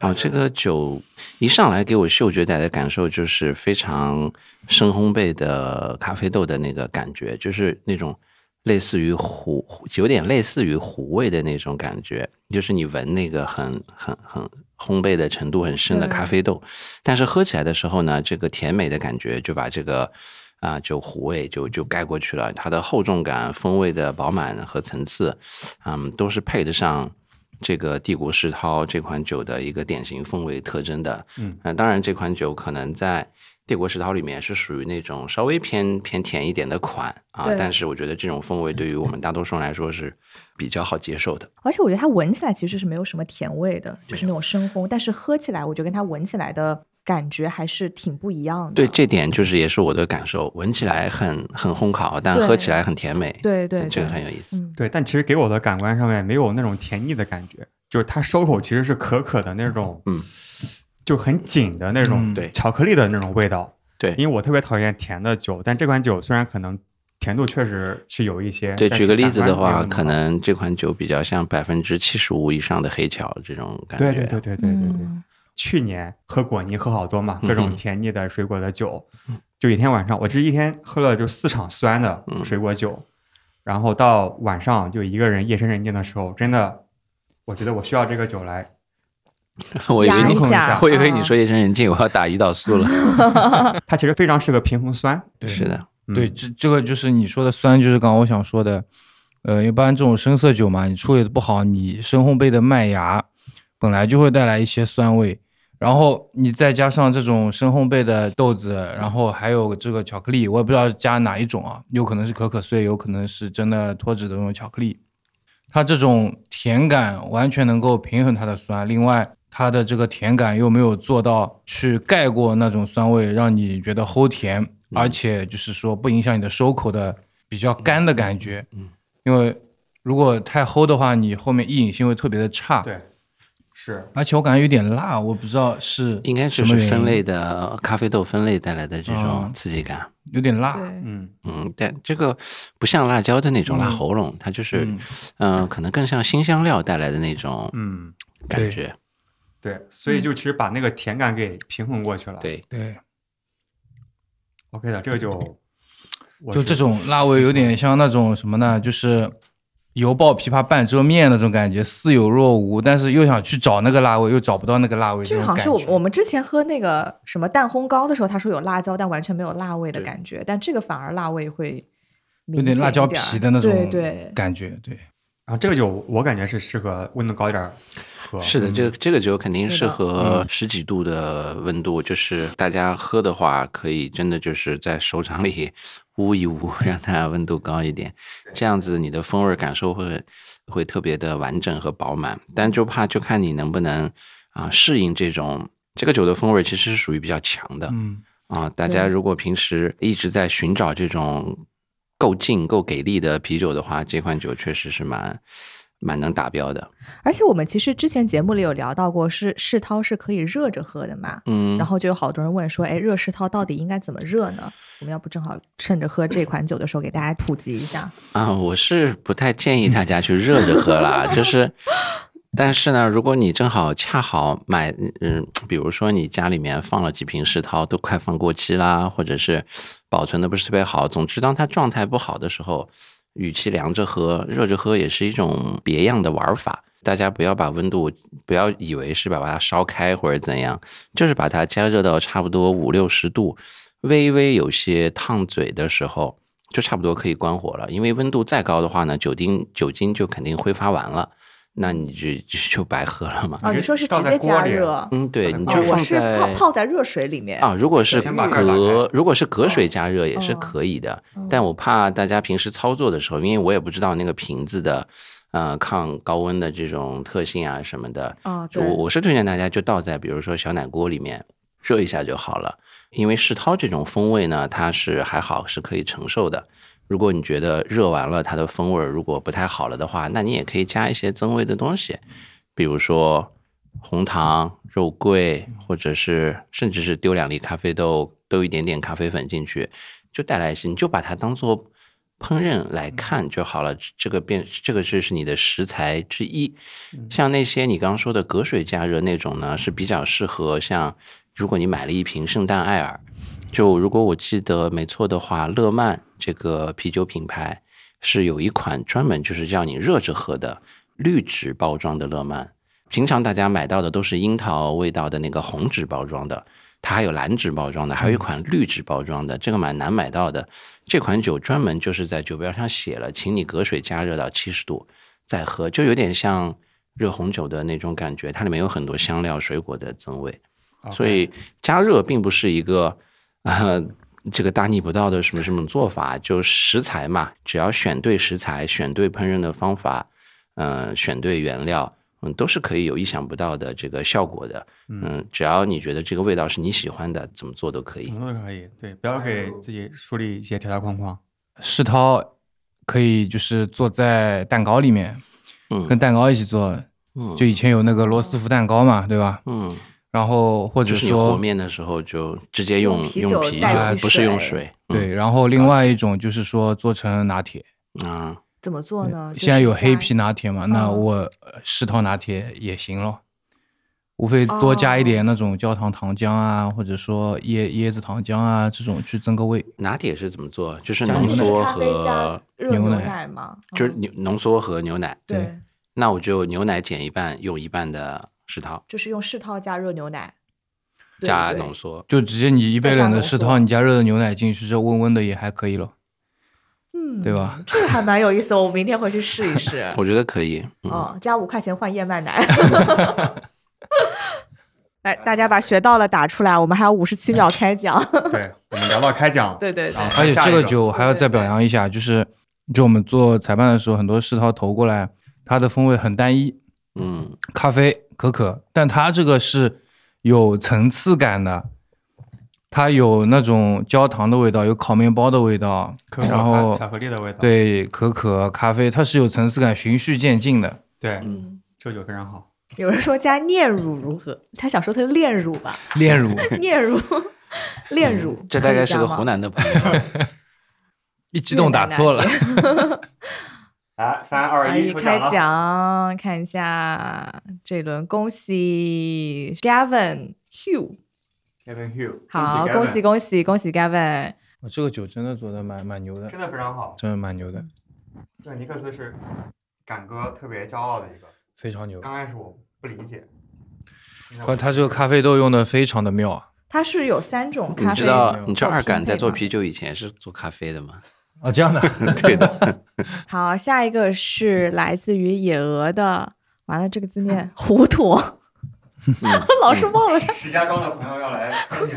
Speaker 4: 哦，这个酒一上来给我嗅觉带来的感受就是非常深烘焙的咖啡豆的那个感觉，就是那种类似于糊，有点类似于糊味的那种感觉，就是你闻那个很很很烘焙的程度很深的
Speaker 3: 对
Speaker 4: 咖啡豆，但是喝起来的时候呢，这个甜美的感觉就把这个啊、就糊味就就盖过去了，它的厚重感、风味的饱满和层次，嗯，都是配得上这个帝国世涛这款酒的一个典型风味特征的。
Speaker 2: 嗯
Speaker 4: 呃当然这款酒可能在帝国世涛里面是属于那种稍微偏偏甜一点的款啊
Speaker 3: 对，
Speaker 4: 但是我觉得这种风味对于我们大多数人来说是比较好接受的。
Speaker 3: 而且我觉得它闻起来其实是没有什么甜味的，就是那种深烘，但是喝起来，我觉得跟它闻起来的感觉还是挺不一样的。
Speaker 4: 对，这点就是也是我的感受，闻起来很很烘烤，但
Speaker 3: 对
Speaker 4: 喝起来很甜美。
Speaker 3: 对对
Speaker 4: 这
Speaker 3: 对
Speaker 4: 个，很有意思。
Speaker 3: 嗯，
Speaker 2: 对，但其实给我的感官上面没有那种甜腻的感觉，就是它收口其实是可可的那种，
Speaker 4: 嗯，
Speaker 2: 就很紧的那种，
Speaker 5: 嗯
Speaker 4: 对
Speaker 2: 巧克力的那种味道。
Speaker 4: 对
Speaker 2: 因为我特别讨厌甜的酒，但这款酒虽然可能甜度确实是有一些，
Speaker 4: 对，
Speaker 2: 哎但
Speaker 4: 举
Speaker 2: 是
Speaker 4: 个例子
Speaker 2: 感
Speaker 4: 的
Speaker 2: 官没有
Speaker 4: 话，
Speaker 2: 那么
Speaker 4: 可能这款酒比较像百分之七十五以上的黑巧这种感觉。
Speaker 2: 对对对对对对对。
Speaker 3: 嗯
Speaker 2: 去年喝果泥喝好多嘛，
Speaker 4: 嗯
Speaker 2: 各种甜腻的水果的酒，就一天晚上我这一天喝了就四场酸的
Speaker 4: 嗯
Speaker 2: 水果酒，然后到晚上就一个人夜深人静的时候，真的，我觉得我需要这个酒来
Speaker 4: 我以为
Speaker 3: 压一
Speaker 4: 你
Speaker 2: 平衡一
Speaker 3: 下
Speaker 2: 下，
Speaker 4: 我以为
Speaker 3: 嗯
Speaker 4: 你说夜深人静，我要打胰岛素了。
Speaker 2: 它其实非常适合平衡酸。
Speaker 5: 对
Speaker 4: 是的，
Speaker 2: 嗯
Speaker 5: 对，这这个就是你说的酸，就是刚刚我想说的，呃，一般这种深色酒嘛，你处理的不好，你深烘焙的麦芽本来就会带来一些酸味，然后你再加上这种深烘焙的豆子，然后还有这个巧克力，我也不知道加哪一种啊，有可能是可可碎，有可能是真的脱脂的那种巧克力，它这种甜感完全能够平衡它的酸，另外。它的这个甜感又没有做到去盖过那种酸味，让你觉得齁甜，
Speaker 4: 嗯
Speaker 5: 而且就是说不影响你的收口的比较干的感觉。
Speaker 4: 嗯，
Speaker 5: 因为如果太齁的话，你后面易饮性会特别的差。
Speaker 2: 对，是
Speaker 5: 而且我感觉有点辣，我不知道是
Speaker 4: 应该
Speaker 5: 什
Speaker 4: 就
Speaker 5: 么
Speaker 4: 是
Speaker 5: 原因
Speaker 4: 分类的咖啡豆分类带来的这种
Speaker 5: 啊
Speaker 4: 刺激感。
Speaker 5: 有点辣，
Speaker 3: 对，
Speaker 2: 嗯
Speaker 4: 嗯，但这个不像辣椒的那种辣喉咙，它就是，
Speaker 5: 嗯
Speaker 4: 嗯、可能更像新香料带来的那种
Speaker 2: 嗯，
Speaker 4: 感觉。
Speaker 2: 对，所以就其实把那个甜感给平衡过去了。
Speaker 4: 对，
Speaker 5: 对，
Speaker 2: ，OK 的，这个就我
Speaker 5: 就是这种辣味有点像那种什么呢？就是油爆琵琶半遮面那种感觉，似有若无，但是又想去找那个辣味，又找不到那个辣味。
Speaker 3: 这
Speaker 5: 这
Speaker 3: 个
Speaker 5: 种
Speaker 3: 好像
Speaker 5: 感
Speaker 3: 是我
Speaker 5: 觉
Speaker 3: 我们之前喝那个什么蛋烘糕的时候，他说有辣椒，但完全没有辣味的
Speaker 4: 对
Speaker 3: 感觉，但这个反而辣味会
Speaker 5: 有
Speaker 3: 明显
Speaker 5: 点
Speaker 3: 一
Speaker 5: 辣椒
Speaker 3: 点儿
Speaker 5: 皮的那种
Speaker 3: 对对，
Speaker 5: 感觉，对
Speaker 2: 然后啊这个就我感觉是适合温度高一点儿喝。
Speaker 4: 是的，这个这个酒肯定
Speaker 3: 嗯对
Speaker 4: 适
Speaker 3: 的
Speaker 4: 合十几度的温度，就是大家喝的话，可以真的就是在手掌里捂一捂， 让它温度高一点，这样子你的风味感受会会特别的完整和饱满。但就怕就看你能不能啊、适应这种这个酒的风味，其实是属于比较强的。
Speaker 5: 嗯，
Speaker 4: 啊，大家
Speaker 3: 对
Speaker 4: 如果平时一直在寻找这种够劲、够给力的啤酒的话，这款酒确实是蛮蛮能达标的。
Speaker 3: 而且我们其实之前节目里有聊到过，是世涛是可以热着喝的嘛，
Speaker 4: 嗯，
Speaker 3: 然后就有好多人问说，哎，热世涛到底应该怎么热呢？我们要不正好趁着喝这款酒的时候给大家普及一下，
Speaker 4: 啊，我是不太建议大家去热着喝啦，就是。但是呢，如果你正好恰好买，嗯，比如说你家里面放了几瓶世涛，都快放过期啦，或者是保存的不是特别好，总之当它状态不好的时候，与其凉着喝，热着喝也是一种别样的玩法。大家不要把温度，不要以为是把它烧开或者怎样，就是把它加热到差不多五六十度，微微有些烫嘴的时候，就差不多可以关火了。因为温度再高的话呢，酒精酒精就肯定挥发完了，那你就就就白喝了嘛。
Speaker 3: 啊，
Speaker 2: 你
Speaker 3: 你
Speaker 2: 是
Speaker 3: 说是直
Speaker 2: 倒在
Speaker 3: 接
Speaker 2: 锅
Speaker 3: 加
Speaker 2: 里
Speaker 3: 热，
Speaker 4: 嗯，对，你
Speaker 3: 哦
Speaker 4: 就
Speaker 3: 我
Speaker 4: 放
Speaker 3: 是
Speaker 4: 在
Speaker 3: 泡泡在热水里面
Speaker 4: 啊，如果是
Speaker 2: 先把盖儿打
Speaker 4: 隔
Speaker 2: 开
Speaker 4: 如果是隔水加热也是可以的，
Speaker 3: 嗯
Speaker 4: 但我怕大家平时操作的时候，因为我也不知道那个瓶子的呃抗高温的这种特性啊什么的，
Speaker 3: 啊，
Speaker 4: 就
Speaker 3: 对，
Speaker 4: 我我是推荐大家就倒在比如说小奶锅里面热一下就好了，因为世涛这种风味呢，它是还好是可以承受的。如果你觉得热完了它的风味儿如果不太好了的话，那你也可以加一些增味的东西，比如说红糖、肉桂，或者是甚至是丢两粒咖啡豆，丢一点点咖啡粉进去，就带来一些，你就把它当做烹饪来看就好了。这这个变这个就是你的食材之一。像那些你刚刚说的隔水加热那种呢，是比较适合像如果你买了一瓶哎圣诞艾尔，就如果我记得没错的话，乐曼这个啤酒品牌是有一款专门就是叫你热着喝的绿纸包装的乐曼。平常大家买到的都是樱桃味道的那个红纸包装的，它还有蓝纸包装的，还有一款绿纸包装的，这个蛮难买到的。这款酒专门就是在酒标上写了，请你隔水加热到七十度再喝，就有点像热红酒的那种感觉，它里面有很多香料、水果的增味。
Speaker 2: OK
Speaker 4: 所以加热并不是一个呃这个大逆不道的什么什么做法，就食材嘛，只要选对食材、选对烹饪的方法，呃，选对原料，嗯，都是可以有意想不到的这个效果的。嗯，只要你觉得这个味道是你喜欢的，怎么做都可以
Speaker 2: 什。么都可以，对，不要给自己树立一些条条框框。
Speaker 5: 世涛可以就是做在蛋糕里面，
Speaker 4: 嗯
Speaker 5: 跟蛋糕一起做，
Speaker 4: 嗯，
Speaker 5: 就以前有那个罗斯福蛋糕嘛，对吧？
Speaker 4: 嗯，
Speaker 5: 然后或者
Speaker 4: 就是你和
Speaker 5: 说
Speaker 4: 面的时候就直接用
Speaker 3: 用啤
Speaker 4: 用
Speaker 3: 酒
Speaker 4: 啤酒哎
Speaker 5: 代，替
Speaker 4: 不是用水
Speaker 3: 水。
Speaker 5: 对，然后另外一种就是说做成拿铁，
Speaker 4: 嗯啊，
Speaker 3: 怎么做呢？就
Speaker 5: 现在
Speaker 3: 是
Speaker 5: 有黑
Speaker 3: 加
Speaker 5: 啤拿铁嘛，那
Speaker 3: 嗯
Speaker 5: 我呃世涛拿铁也行咯，无非多加一
Speaker 3: 哦
Speaker 5: 点那种焦糖糖浆啊，或者说椰椰子糖浆啊这种去增个味。
Speaker 4: 拿铁是怎么做？就是
Speaker 5: 加
Speaker 4: 浓
Speaker 5: 牛奶
Speaker 4: 缩
Speaker 3: 咖啡加
Speaker 4: 和
Speaker 3: 热
Speaker 5: 牛
Speaker 3: 牛
Speaker 5: 奶
Speaker 3: 奶嘛，
Speaker 4: 就是
Speaker 3: 嗯
Speaker 4: 牛浓缩和牛奶。
Speaker 3: 对，
Speaker 4: 那我就牛奶减一半，用一半的世涛
Speaker 3: 就是用世涛加热牛奶，对
Speaker 4: 加
Speaker 3: 对
Speaker 4: 浓缩。
Speaker 5: 就直接你一杯冷的世
Speaker 3: 再加浓缩
Speaker 5: 涛，你加热的牛奶进去，这温温的也还可以咯，
Speaker 3: 嗯，
Speaker 5: 对？吧？
Speaker 3: 这个 还蛮有意思的，我明天回去试一试。
Speaker 4: 我觉得可以。 嗯，
Speaker 3: 嗯，加五块钱换燕麦 奶。 来，大家把学到了打出来，我们还有五十七秒开讲。
Speaker 2: 对，我们聊到开讲，啊
Speaker 3: 对对对
Speaker 2: 然后
Speaker 5: 而且
Speaker 2: 下
Speaker 5: 这
Speaker 2: 一
Speaker 5: 个
Speaker 2: 个
Speaker 5: 酒还要再表扬一下，就是就我们做裁判的时候，很多世涛投过来，它的风味很单一，
Speaker 4: 嗯，
Speaker 5: 咖啡、可可，但它这个是有层次感的，它有那种焦糖的味道，有烤面包的味道，
Speaker 2: 可可
Speaker 5: 然后
Speaker 2: 巧克力的味道，
Speaker 5: 对可可、咖啡，它是有层次感，循序渐进的。
Speaker 2: 对，
Speaker 3: 嗯，
Speaker 2: 这个酒非常好。
Speaker 3: 有人说加炼乳如何？ 他想说他是炼乳 吧，
Speaker 5: 炼乳
Speaker 3: 炼乳，炼乳，
Speaker 4: 嗯这大概是个
Speaker 3: 可以加吗
Speaker 4: 湖南的朋友，
Speaker 5: 一激动打错了，
Speaker 2: 来，三
Speaker 3: 啊
Speaker 2: 二一，
Speaker 3: 一
Speaker 2: 抽
Speaker 3: 开
Speaker 2: 奖了。
Speaker 3: 奖，看一下这轮，恭喜 Gavin Hugh，
Speaker 2: Kevin Hugh，
Speaker 3: 好，恭喜
Speaker 2: Gavin
Speaker 3: 恭喜恭喜 Gavin，
Speaker 5: 哦这个酒真的做的蛮蛮牛的
Speaker 2: 真，的非常好。
Speaker 5: 真的蛮牛的，
Speaker 2: 对，尼克斯是敢哥特别骄傲的一个。
Speaker 5: 非常牛。
Speaker 2: 刚开始我不理解，现在我
Speaker 5: 关他这个咖啡豆用的非常的妙啊！
Speaker 3: 它是有三种
Speaker 4: 你
Speaker 3: 咖啡
Speaker 4: 知
Speaker 3: 豆
Speaker 4: 道
Speaker 3: 有
Speaker 4: 你知道二杆在做
Speaker 3: 匹配
Speaker 4: 啤酒以前是做咖啡的吗？
Speaker 5: 啊，这样的，
Speaker 4: 对的，
Speaker 3: 吗。好，下一个是来自于野鹅的，完了这个字 念糊涂，
Speaker 4: 嗯
Speaker 3: 老是忘了它
Speaker 2: 石家庄的朋友要 来看你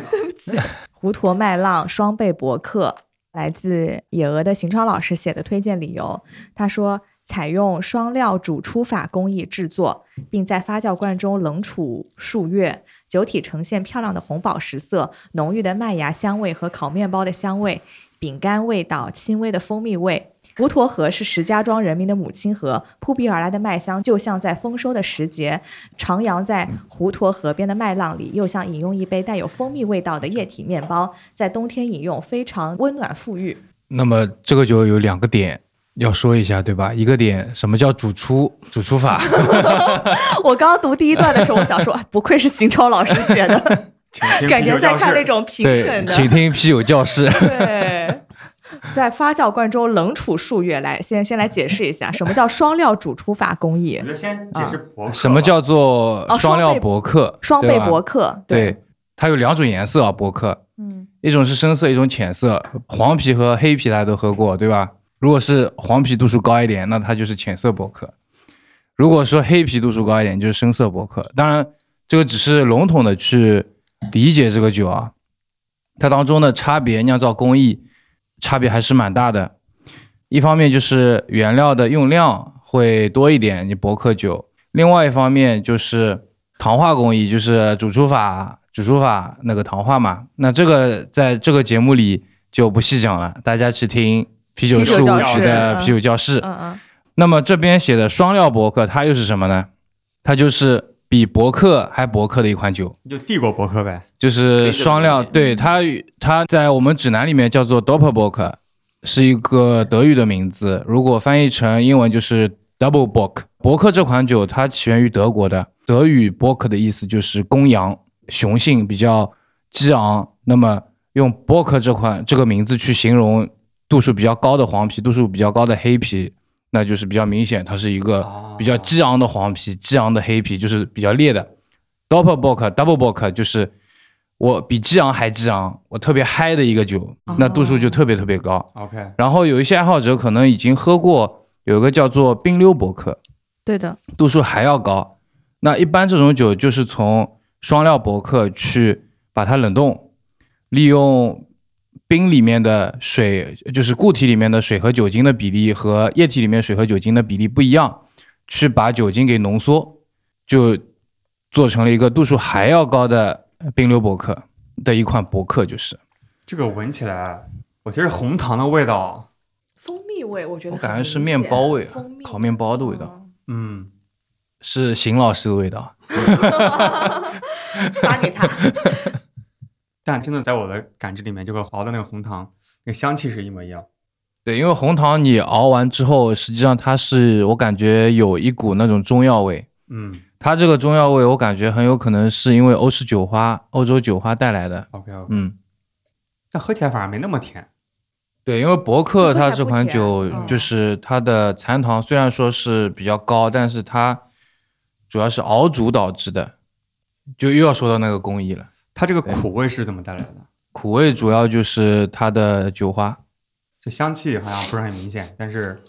Speaker 2: 了。
Speaker 3: 胡驼麦浪双倍博客，来自野鹅的邢超老师写的推荐理由。他说，采用双料煮出法工艺制作，并在发酵罐中冷储数月，酒体呈现漂亮的红宝石色，浓郁的麦芽香味和烤面包的香味，饼干味道，轻微的蜂蜜味。胡驼河是石家庄人民的母亲河，扑鼻而来的麦香就像在丰收的时节，徜徉在胡沱河边的麦浪里，又像饮用一杯带有蜂蜜味道的液体面包，在冬天饮用非常温暖馥郁。
Speaker 5: 那么这个酒有两个点要说一下，对吧？一个点，什么叫煮出煮出法？
Speaker 3: 我刚读第一段的时候，我想说， 哎不愧是邢超 老师写的，
Speaker 2: 请听
Speaker 3: 感
Speaker 2: 啤
Speaker 3: 觉
Speaker 2: 酒
Speaker 3: 在
Speaker 2: 教
Speaker 3: 看
Speaker 2: 室
Speaker 3: 那种评
Speaker 5: 对
Speaker 3: 审，的。
Speaker 5: 请听啤酒教室。
Speaker 3: 对，在发酵罐中冷储数月来，先先来解释一下 什么叫双料煮出法工艺
Speaker 2: 你。就先解释博客吧
Speaker 5: 啊什么叫做
Speaker 3: 哦
Speaker 5: 双料
Speaker 3: 双倍
Speaker 5: 博客？
Speaker 3: 双倍
Speaker 5: 对吧
Speaker 3: 博客，
Speaker 5: 对，它有两种颜色啊，博客，
Speaker 3: 嗯，
Speaker 5: 一种是深色，一种浅色。黄皮和黑皮大家都喝过，对吧？如果是黄皮度数高一点，那它就是浅色博客；如果说黑皮度数高一点，就是深色博客。当然，这个只是笼统的去理解这个酒啊，它当中的差别酿造工艺差别还是蛮大的。一方面就是原料的用量会多一点，你博客酒；另外一方面就是糖化工艺，就是煮出法、煮出法那个糖化嘛。那这个在这个节目里就不细讲了，大家去听啤酒
Speaker 3: 啤酒
Speaker 5: 事务
Speaker 3: 教
Speaker 5: 局
Speaker 2: 室
Speaker 5: 的
Speaker 3: 嗯
Speaker 5: 啤酒教室。
Speaker 3: 嗯嗯，
Speaker 5: 那么这边写的双料博客，它又是什么呢？它就是比博客还博客的一款酒，
Speaker 2: 你就帝国博客呗。
Speaker 5: 就是双
Speaker 4: 推
Speaker 5: 料。
Speaker 4: 荐
Speaker 5: 对它，它在我们指南里面叫做 Doppelbock，是一个德语的名字，如果翻译成英文就是 Double Bock。博客这款酒它起源于德国的，德语 Bock 的意思就是公羊，雄性比较激昂。那么用 Bock 这款这个名字去形容度数比较高的黄皮，度数比较高的黑皮，那就是比较明显，它是一个
Speaker 2: 哦
Speaker 5: 比较激昂的黄皮，激昂的黑皮就是比较烈的。Double Bock、Double Bock 就是我比激昂还激昂，我特别嗨的一个酒，那度数就特别特别高。
Speaker 2: 哦 OK，
Speaker 5: 然后有一些爱好者可能已经喝过，有一个叫做冰溜伯克，
Speaker 3: 对的，
Speaker 5: 度数还要高。那一般这种酒就是从双料伯克去把它冷冻，利用冰里面的水，就是固体里面的水和酒精的比例和液体里面水和酒精的比例不一样，去把酒精给浓缩，就做成了一个度数还要高的冰溜伯克的一款伯克，就是
Speaker 2: 这个闻起来，我觉得红糖的味道，
Speaker 3: 蜂蜜味，我觉得
Speaker 5: 我感
Speaker 3: 很
Speaker 5: 觉是
Speaker 3: 明
Speaker 5: 面
Speaker 3: 显
Speaker 5: 包味啊
Speaker 3: 蜂蜜
Speaker 5: 烤面包的味道
Speaker 3: 嗯
Speaker 2: 嗯，
Speaker 5: 是邢老师的味道。
Speaker 3: 发给他。
Speaker 2: 但真的在我的感知里面，这个熬的那个红糖，那个香气是一模一样。
Speaker 5: 对，因为红糖你熬完之后，实际上它是我感觉有一股那种中药味。
Speaker 2: 嗯
Speaker 5: 它这个中药味，我感觉很有可能是因为欧式酒花、欧洲酒花带来的。
Speaker 2: ，OK OK，
Speaker 5: 嗯，
Speaker 2: 但喝起来反而没那么甜。
Speaker 5: 对，因为博
Speaker 3: 不
Speaker 5: 客
Speaker 3: 会
Speaker 5: 它
Speaker 3: 太
Speaker 5: 这
Speaker 3: 不
Speaker 5: 款
Speaker 3: 甜
Speaker 5: 酒
Speaker 3: 嗯
Speaker 5: 就是它的残糖虽然说是比较高，但是它主要是熬煮导致的，就又要说到那个工艺了。
Speaker 2: 它这个苦味是怎么带来的？
Speaker 5: 苦味主要就是它的酒花，
Speaker 2: 这香气好像不是很明显，但是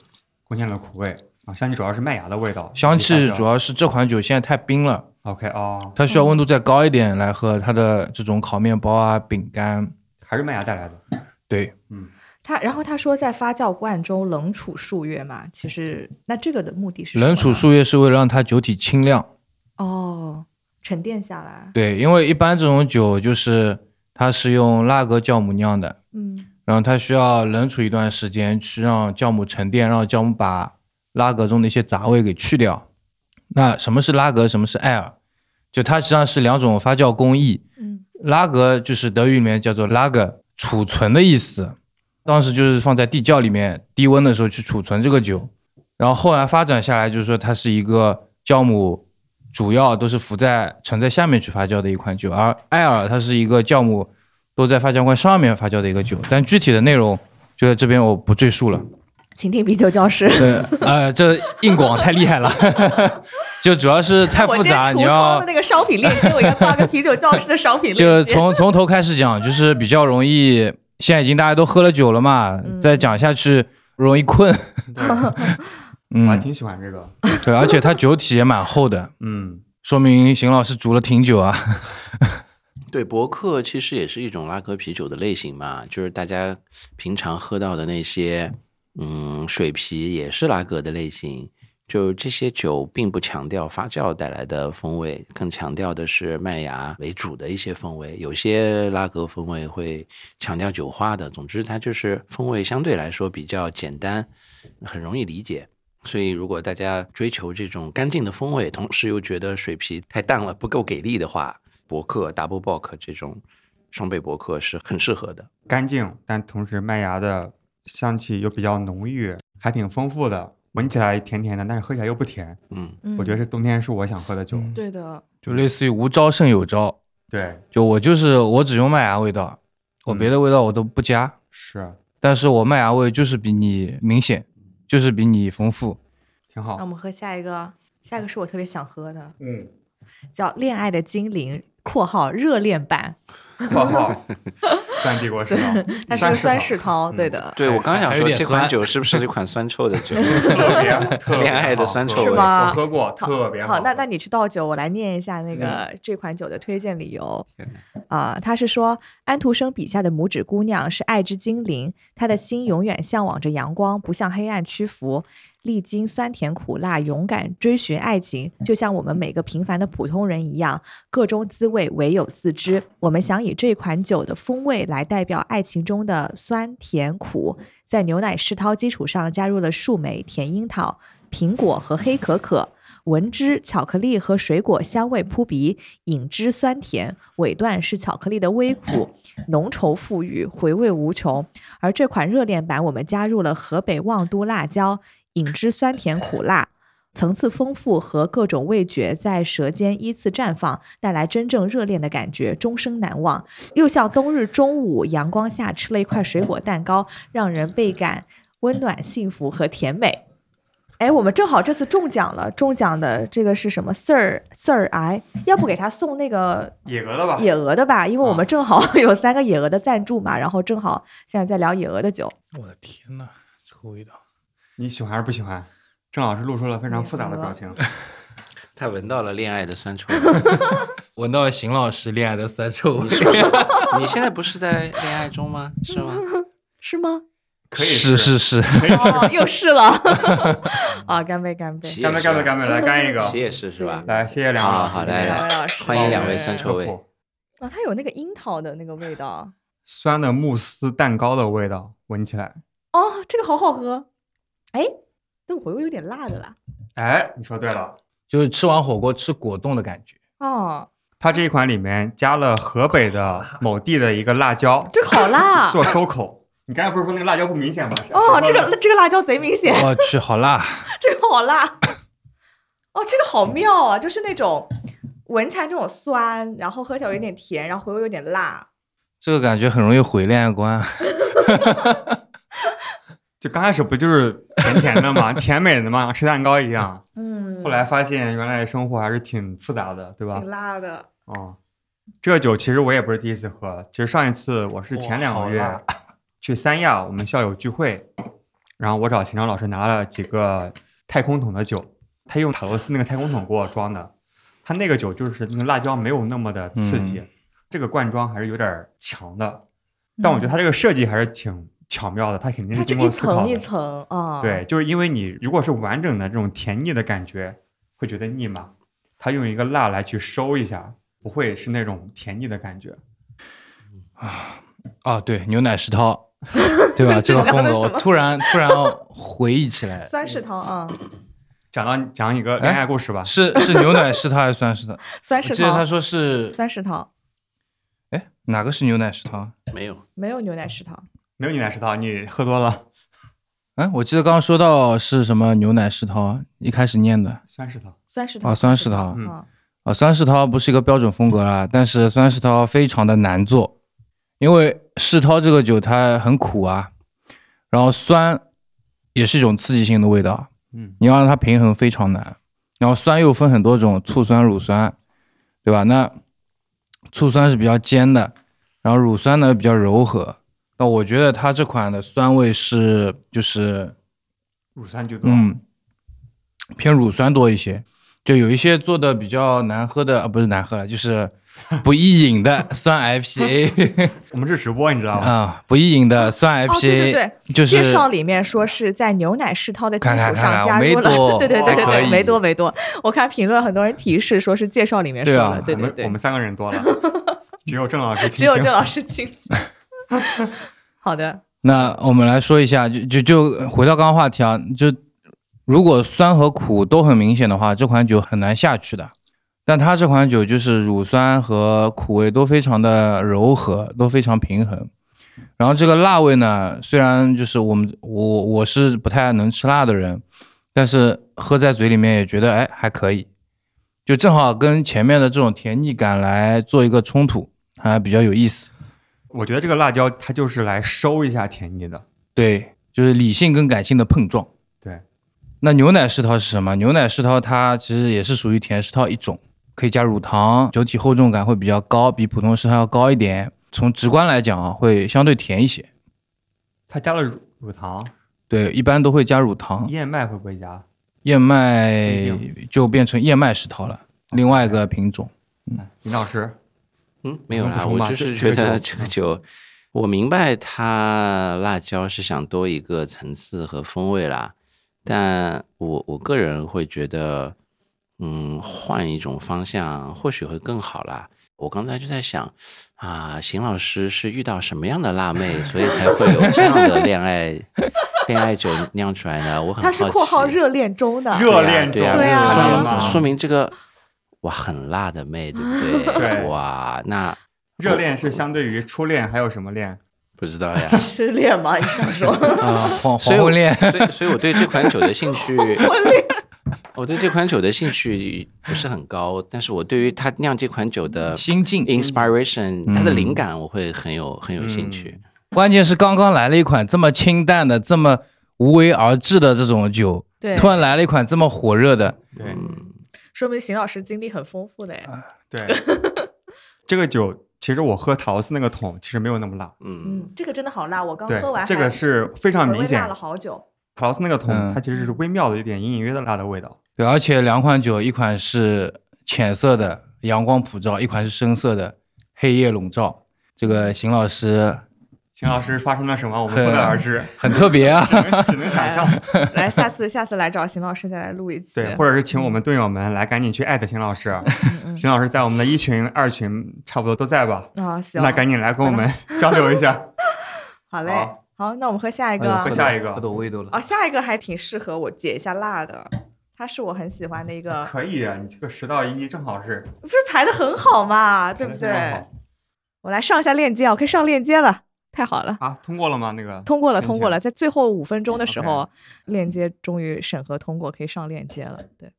Speaker 2: 贡献了苦味啊。香气主要是麦芽的味道，
Speaker 5: 香气主
Speaker 2: 要。
Speaker 5: 要是这款酒现在太冰了，
Speaker 2: OK 哦，
Speaker 5: 它需要温度再高一点来喝它的这种烤面包啊、饼干。
Speaker 2: 还是麦芽带来的。
Speaker 5: 对，
Speaker 3: 他然后他说在发酵罐中冷储数月嘛，其实那这个的目的是什么
Speaker 5: 冷储
Speaker 3: 呢
Speaker 5: 树叶是为了让它酒体清亮。
Speaker 3: 哦，沉淀下来。
Speaker 5: 对，因为一般这种酒就是它是用拉格酵母酿的，
Speaker 3: 嗯，
Speaker 5: 然后它需要冷储一段时间，去让酵母沉淀，让酵母把拉格中的一些杂味给去掉。那什么是拉格，什么是艾尔？就它实际上是两种发酵工艺。
Speaker 3: 嗯
Speaker 5: 拉格就是德语里面叫做拉格，储存的意思。当时就是放在地窖里面低温的时候去储存这个酒，然后后来发展下来，就是说它是一个酵母主要都是浮在沉在下面去发酵的一款酒，而艾尔它是一个酵母都在发酵罐上面发酵的一个酒，但具体的内容就在这边我不赘述了。
Speaker 3: 请听啤酒教室。
Speaker 5: 对，呃，这硬广太厉害了， 就主要是 太复杂，
Speaker 3: 我今
Speaker 5: 你
Speaker 3: 天橱窗
Speaker 5: 要
Speaker 3: 的那个商品链接，我应该挂个啤酒教室的商 品链
Speaker 5: 就
Speaker 3: 接。
Speaker 5: 从从头开始讲，就是比较容易。现在已经大家都喝了酒了嘛，再讲下去容易困。
Speaker 2: 我还
Speaker 5: 嗯，
Speaker 2: 挺喜欢这个。
Speaker 5: 对，而且它酒体也蛮厚的，
Speaker 2: 嗯，
Speaker 5: 说明邢老师煮了挺久啊。
Speaker 4: 对，伯克其实也是一种拉格啤酒的类型嘛，就是大家平常喝到的那些，嗯，水啤也是拉格的类型。就这些酒并不强调发酵带来的风味，更强调的是麦芽为主的一些风味。有些拉格风味会强调酒花的，总之它就是风味相对来说比较简单，很容易理解。所以，如果大家追求这种干净的风味，同时又觉得水皮太淡了不够给力的话，伯克 Double Bock 这种双倍伯克是很适合的。
Speaker 2: 干净，但同时麦芽的香气又比较浓郁，还挺丰富的。闻起来甜甜的，但是喝起来又不甜。
Speaker 4: 嗯，
Speaker 3: 嗯
Speaker 2: 我觉得是冬天是我想喝的酒。
Speaker 5: 嗯
Speaker 3: 对的，
Speaker 5: 就类似于无招胜有招，
Speaker 2: 对，
Speaker 5: 就我就是我只用麦芽味道，我别的味道我都不加，
Speaker 2: 是
Speaker 5: 但是我麦芽味就是比你明显，就是比你丰富。
Speaker 2: 挺
Speaker 3: 那我
Speaker 2: 好。
Speaker 3: 们喝下一个，下一个是我特别想喝的，
Speaker 2: 嗯，
Speaker 3: 叫《恋爱的精灵》（括号热恋版
Speaker 2: 泡泡酸帝国石膏，），
Speaker 3: 它是个酸
Speaker 2: 石
Speaker 3: 世
Speaker 2: 头
Speaker 3: 涛，对
Speaker 2: 嗯
Speaker 3: 的，
Speaker 4: 对我刚想
Speaker 5: 还有
Speaker 4: 说
Speaker 5: 点
Speaker 4: 这款
Speaker 5: 酸
Speaker 4: 酒是不是一款酸 臭的酒？
Speaker 2: 特 别特别
Speaker 4: 恋爱的
Speaker 2: 好
Speaker 4: 酸
Speaker 2: 喝
Speaker 4: 臭
Speaker 3: 是
Speaker 4: 味
Speaker 3: 吗
Speaker 2: 我喝过，特别嗯
Speaker 3: 好，那
Speaker 2: 喝
Speaker 3: 那你去倒酒，我来念一下那个、这款酒的推荐理由。啊、他是说安徒生笔下的拇指姑娘是爱之精灵，她的心永远向往着阳光，不向黑暗屈服。历经酸甜苦辣，勇敢追寻爱情，就像我们每个平凡的普通人一样，各中滋味唯有自知。我们想以这款酒的风味来代表爱情中的酸甜苦，在牛奶世涛基础上加入了树莓、甜樱桃、苹果和黑可可。闻之，巧克力和水果香味扑鼻；饮之，酸甜；尾段是巧克力的微苦，浓稠馥郁，回味无穷。而这款热恋版，我们加入了河北望都辣椒，饮之酸甜苦辣，层次丰富和各种味觉在舌尖依次绽放，带来真正热恋的感觉，终生难忘。又像冬日中午阳光下吃了一块水果蛋糕，让人倍感温暖、幸福和甜美。哎，我们正好这次中奖了，中奖的这个是什么？Sir Sir I，要不给他送那个
Speaker 2: 野鹅的吧？
Speaker 3: 野鹅的吧，因为我们正好 有三个野鹅的赞助嘛，然后正好现在在聊野鹅的酒，
Speaker 5: 我的天呐，这个味道！
Speaker 2: 你喜欢还是不喜欢？郑老师露出了非常复杂的表 情。
Speaker 4: 他闻到了恋爱的酸臭味。
Speaker 5: 闻到了邢老师恋爱的酸臭
Speaker 4: 你
Speaker 5: 味。
Speaker 4: 是不是你现在不是在恋爱中吗？是吗？
Speaker 3: 是吗？
Speaker 2: 可以
Speaker 5: 是
Speaker 2: 是
Speaker 5: 是是，
Speaker 3: 哦，又是了，啊，干杯干杯！
Speaker 4: 齐也
Speaker 2: 干杯干杯
Speaker 4: 是，
Speaker 2: 干杯，来干一个
Speaker 4: 齐！也是是吧？
Speaker 2: 来，谢谢两位
Speaker 4: 好
Speaker 2: 老师，
Speaker 4: 啊好
Speaker 2: 谢
Speaker 4: 来
Speaker 2: 谢
Speaker 4: 来
Speaker 3: 老师
Speaker 4: 欢迎两位酸臭味
Speaker 2: 科普
Speaker 3: 哦，它有那个樱桃的那个味道，
Speaker 2: 酸的慕斯蛋糕的味道，闻起来，
Speaker 3: 哦，这个好好喝，哎，但我又有点辣的啦，
Speaker 2: 哎，你说对了，
Speaker 5: 就是吃完火锅吃果冻的感觉。
Speaker 3: 哦，
Speaker 2: 它这一款里面加了河北的某地的一个辣椒
Speaker 3: 这个好辣，
Speaker 2: 做收口。你刚才不是说那个辣椒不明显吗？
Speaker 3: 啊哦，这个这个辣椒贼明显，
Speaker 5: 我哦去，好辣！
Speaker 3: 这个好辣， 哦，这个好妙啊，就是那种闻起来那种酸，然后喝起来有点甜，然后回味有点辣，
Speaker 5: 这个感觉很容易毁恋爱观。
Speaker 2: 就刚开始不就是甜甜的吗？甜美的嘛， 吃蛋糕一样。
Speaker 3: 嗯，
Speaker 2: 后来发现原来生活还是挺复杂的，对吧
Speaker 3: 挺？辣的，
Speaker 2: 哦，这个酒其实我也不是第一次喝，其实上一次我是前两
Speaker 5: 哇好
Speaker 2: 个月
Speaker 5: 辣
Speaker 2: 去三亚，我们校友聚会，然后我找秦章老师拿了几个太空桶的酒，他用塔罗斯那个太空桶给我装的，他那个酒就是那个辣椒没有那么的刺激，
Speaker 3: 嗯
Speaker 2: 这个罐装还是有点强的，但我觉得它这个设计还是挺巧妙的，它肯定
Speaker 3: 它
Speaker 2: 是
Speaker 3: 这
Speaker 2: 经
Speaker 3: 一
Speaker 2: 过思考
Speaker 3: 层一
Speaker 2: 的。
Speaker 3: 层啊，
Speaker 2: 对，就是因为你如果是完整的这种甜腻的感觉，会觉得腻嘛。它用一个辣来去收一下，不会是那种甜腻的感觉。
Speaker 5: 啊，对，牛奶 石涛，对吧？这个风
Speaker 3: 你刚才
Speaker 5: 格，
Speaker 3: 说
Speaker 5: 我突然突然回忆起来，
Speaker 3: 酸世涛啊，
Speaker 2: 讲到讲一个恋爱故事吧。
Speaker 5: 是是牛奶是它还是酸是它？
Speaker 3: 酸
Speaker 5: 我
Speaker 3: 石
Speaker 5: 记得他
Speaker 3: 桃，
Speaker 5: 说是，
Speaker 3: 酸石桃
Speaker 5: 哎，哪个是牛奶啊是它？
Speaker 4: 没有，
Speaker 3: 没有牛奶石桃，
Speaker 2: 没有牛奶食堂，你喝多了
Speaker 5: 哎，我记得刚刚说到是什么牛奶是它，一开始念的
Speaker 2: 酸食堂。
Speaker 3: 酸石桃
Speaker 5: 啊，酸是它
Speaker 2: 嗯
Speaker 3: 嗯，
Speaker 5: 啊，酸是它不是一个标准风格啦，但是酸是它非常的难做，因为世涛这个酒它很苦啊，然后酸也是一种刺激性的味道，
Speaker 2: 嗯
Speaker 5: 你要让它平衡非常难。然后酸又分很多种，醋酸、乳酸，对吧？那醋酸是比较尖的，然后乳酸呢比较柔和。那我觉得它这款的酸味是就是
Speaker 2: 乳酸居多。
Speaker 5: 嗯，偏乳酸多一些。就有一些做的比较难喝的，啊，不是难喝了，就是不易饮的酸 IPA
Speaker 2: 我们这直播你知道吗？
Speaker 5: 啊，不易饮的酸 IPA，、
Speaker 3: 哦，对对对，
Speaker 5: 就是
Speaker 3: 介绍里面说是在牛奶世涛的基础
Speaker 5: 看看看
Speaker 3: 上
Speaker 5: 看
Speaker 3: 加入
Speaker 5: 梅
Speaker 3: 了，
Speaker 5: 多
Speaker 3: 对对对对
Speaker 5: 可
Speaker 3: 对，
Speaker 5: 以
Speaker 3: 梅多梅多。我看评论很多人提示说是介绍里面说
Speaker 5: 对啊
Speaker 3: 的，对
Speaker 2: 我
Speaker 3: 对
Speaker 2: 们
Speaker 3: 对
Speaker 2: 我们，三个人多 了，只有郑老师清
Speaker 3: 只有
Speaker 2: 醒
Speaker 3: 郑老师 清醒。好的，
Speaker 5: 那我们来说一下，就就就回到刚刚话题啊，就如果酸和苦都很明显的话，这款酒很难下去的。但它这款酒就是乳酸和苦味都非常的柔和，都非常平衡。然后这个辣味呢，虽然就是我们我我是不太能吃辣的人，但是喝在嘴里面也觉得哎还可以，就正好跟前面的这种甜腻感来做一个冲突，还比较有意思。
Speaker 2: 我觉得这个辣椒它就是来收一下甜腻的。
Speaker 5: 对，就是理性跟感性的碰撞。
Speaker 2: 对，
Speaker 5: 那牛奶世涛是什么？牛奶世涛它其实也是属于甜世涛一种，可以加乳糖，酒体厚重感会比较高，比普通世涛要高一点。从直观来讲啊，会相对甜一些。
Speaker 2: 它加了乳乳糖，
Speaker 5: 对，一般都会加乳糖，
Speaker 2: 燕麦会不会加？
Speaker 5: 燕
Speaker 3: 哎
Speaker 5: 麦
Speaker 2: 不一
Speaker 5: 就变成燕麦世涛了，另外一个品种。
Speaker 2: 尹老师，
Speaker 4: 嗯，没有
Speaker 2: 能补
Speaker 4: 啦，
Speaker 2: 充
Speaker 4: 我
Speaker 2: 吗
Speaker 4: 就
Speaker 2: 这
Speaker 4: 是
Speaker 2: 这
Speaker 4: 觉
Speaker 2: 个
Speaker 4: 得
Speaker 2: 酒嗯
Speaker 4: 这个酒，我明白它辣椒是想多一个层次和风味啦，但我我个人会觉得，嗯，换一种方向或许会更好啦。我刚才就在想，啊，邢老师是遇到什么样的辣妹，所以才会有这样的恋爱 恋爱酒酿出来呢？我很
Speaker 3: 他是括号
Speaker 4: 奇
Speaker 3: 热恋中的，
Speaker 2: 热恋
Speaker 4: 对啊，
Speaker 2: 中
Speaker 4: 对
Speaker 3: 对啊
Speaker 4: 说
Speaker 3: 看
Speaker 4: 明
Speaker 3: 到了吗
Speaker 4: 说明这个哇很辣的妹，对不对？
Speaker 2: 对
Speaker 4: 哇，那
Speaker 2: 热恋是相对于初恋还有什么恋？
Speaker 4: 不知道呀。
Speaker 3: 失恋吗？你想说？
Speaker 5: 啊，黄
Speaker 4: 所
Speaker 5: 黄
Speaker 4: 以我
Speaker 5: 昏恋，
Speaker 4: 所以所以我对这款酒的兴趣，我对这款酒的兴趣不是很高，但是我对于他酿这款酒的
Speaker 5: 心境。
Speaker 4: inspiration，它的
Speaker 5: 嗯
Speaker 4: 灵感我会很有很有兴趣。
Speaker 5: 关键是刚刚来了一款这么清淡的、这么无为而治的这种酒，
Speaker 3: 对，
Speaker 5: 突然来了一款这么火热的，
Speaker 2: 对
Speaker 4: 嗯
Speaker 3: 说明邢老师经历很丰富的哎。
Speaker 2: 嗯对，这个酒其实我喝陶斯那个桶其实没有那么辣，
Speaker 4: 嗯，
Speaker 3: 嗯，这个真的好辣，我刚
Speaker 2: 对
Speaker 3: 喝完，
Speaker 2: 这个
Speaker 3: 还
Speaker 2: 是非常
Speaker 3: 微微
Speaker 2: 明显
Speaker 3: 辣了。好久。
Speaker 2: 陶斯那个桶
Speaker 5: 嗯
Speaker 2: 它其实是微妙的一点隐隐约的辣的味道。
Speaker 5: 对，而且两款酒，一款是浅色的阳光普照，一款是深色的黑夜笼罩。这个邢老师
Speaker 2: 秦老师发生了什么，我们不得而知，
Speaker 5: 很特别啊，
Speaker 2: 只能只能想象。
Speaker 3: 哎来，下次下次来找邢老师再来录一期。
Speaker 2: 对，或者是请我们队友们来赶紧去艾特秦老师，
Speaker 3: 嗯
Speaker 2: 秦老师在我们的一群、二群差不多都在吧？
Speaker 3: 啊，行，
Speaker 2: 那赶紧来跟我们交流一下。
Speaker 3: 好嘞
Speaker 2: 好，
Speaker 3: 好，那我们喝下一个
Speaker 5: 哎呦
Speaker 3: 啊。
Speaker 2: 喝下一个
Speaker 5: 喝到味道了
Speaker 3: 哦，。下一个还挺适合我解一下辣的，它是我很喜欢的一个，
Speaker 2: 可以啊，你这个十到一正好是，
Speaker 3: 不是排的很好嘛，对不
Speaker 2: 非常
Speaker 3: 对
Speaker 2: 好？
Speaker 3: 我来上一下链接啊，我可以上链接了，太好了。
Speaker 2: 啊，通过了吗？那个
Speaker 3: 通过了，
Speaker 2: 申
Speaker 3: 通过
Speaker 2: 请
Speaker 3: 了，在最后五分钟的时候，链接终于审核通过，可以上链接了。对，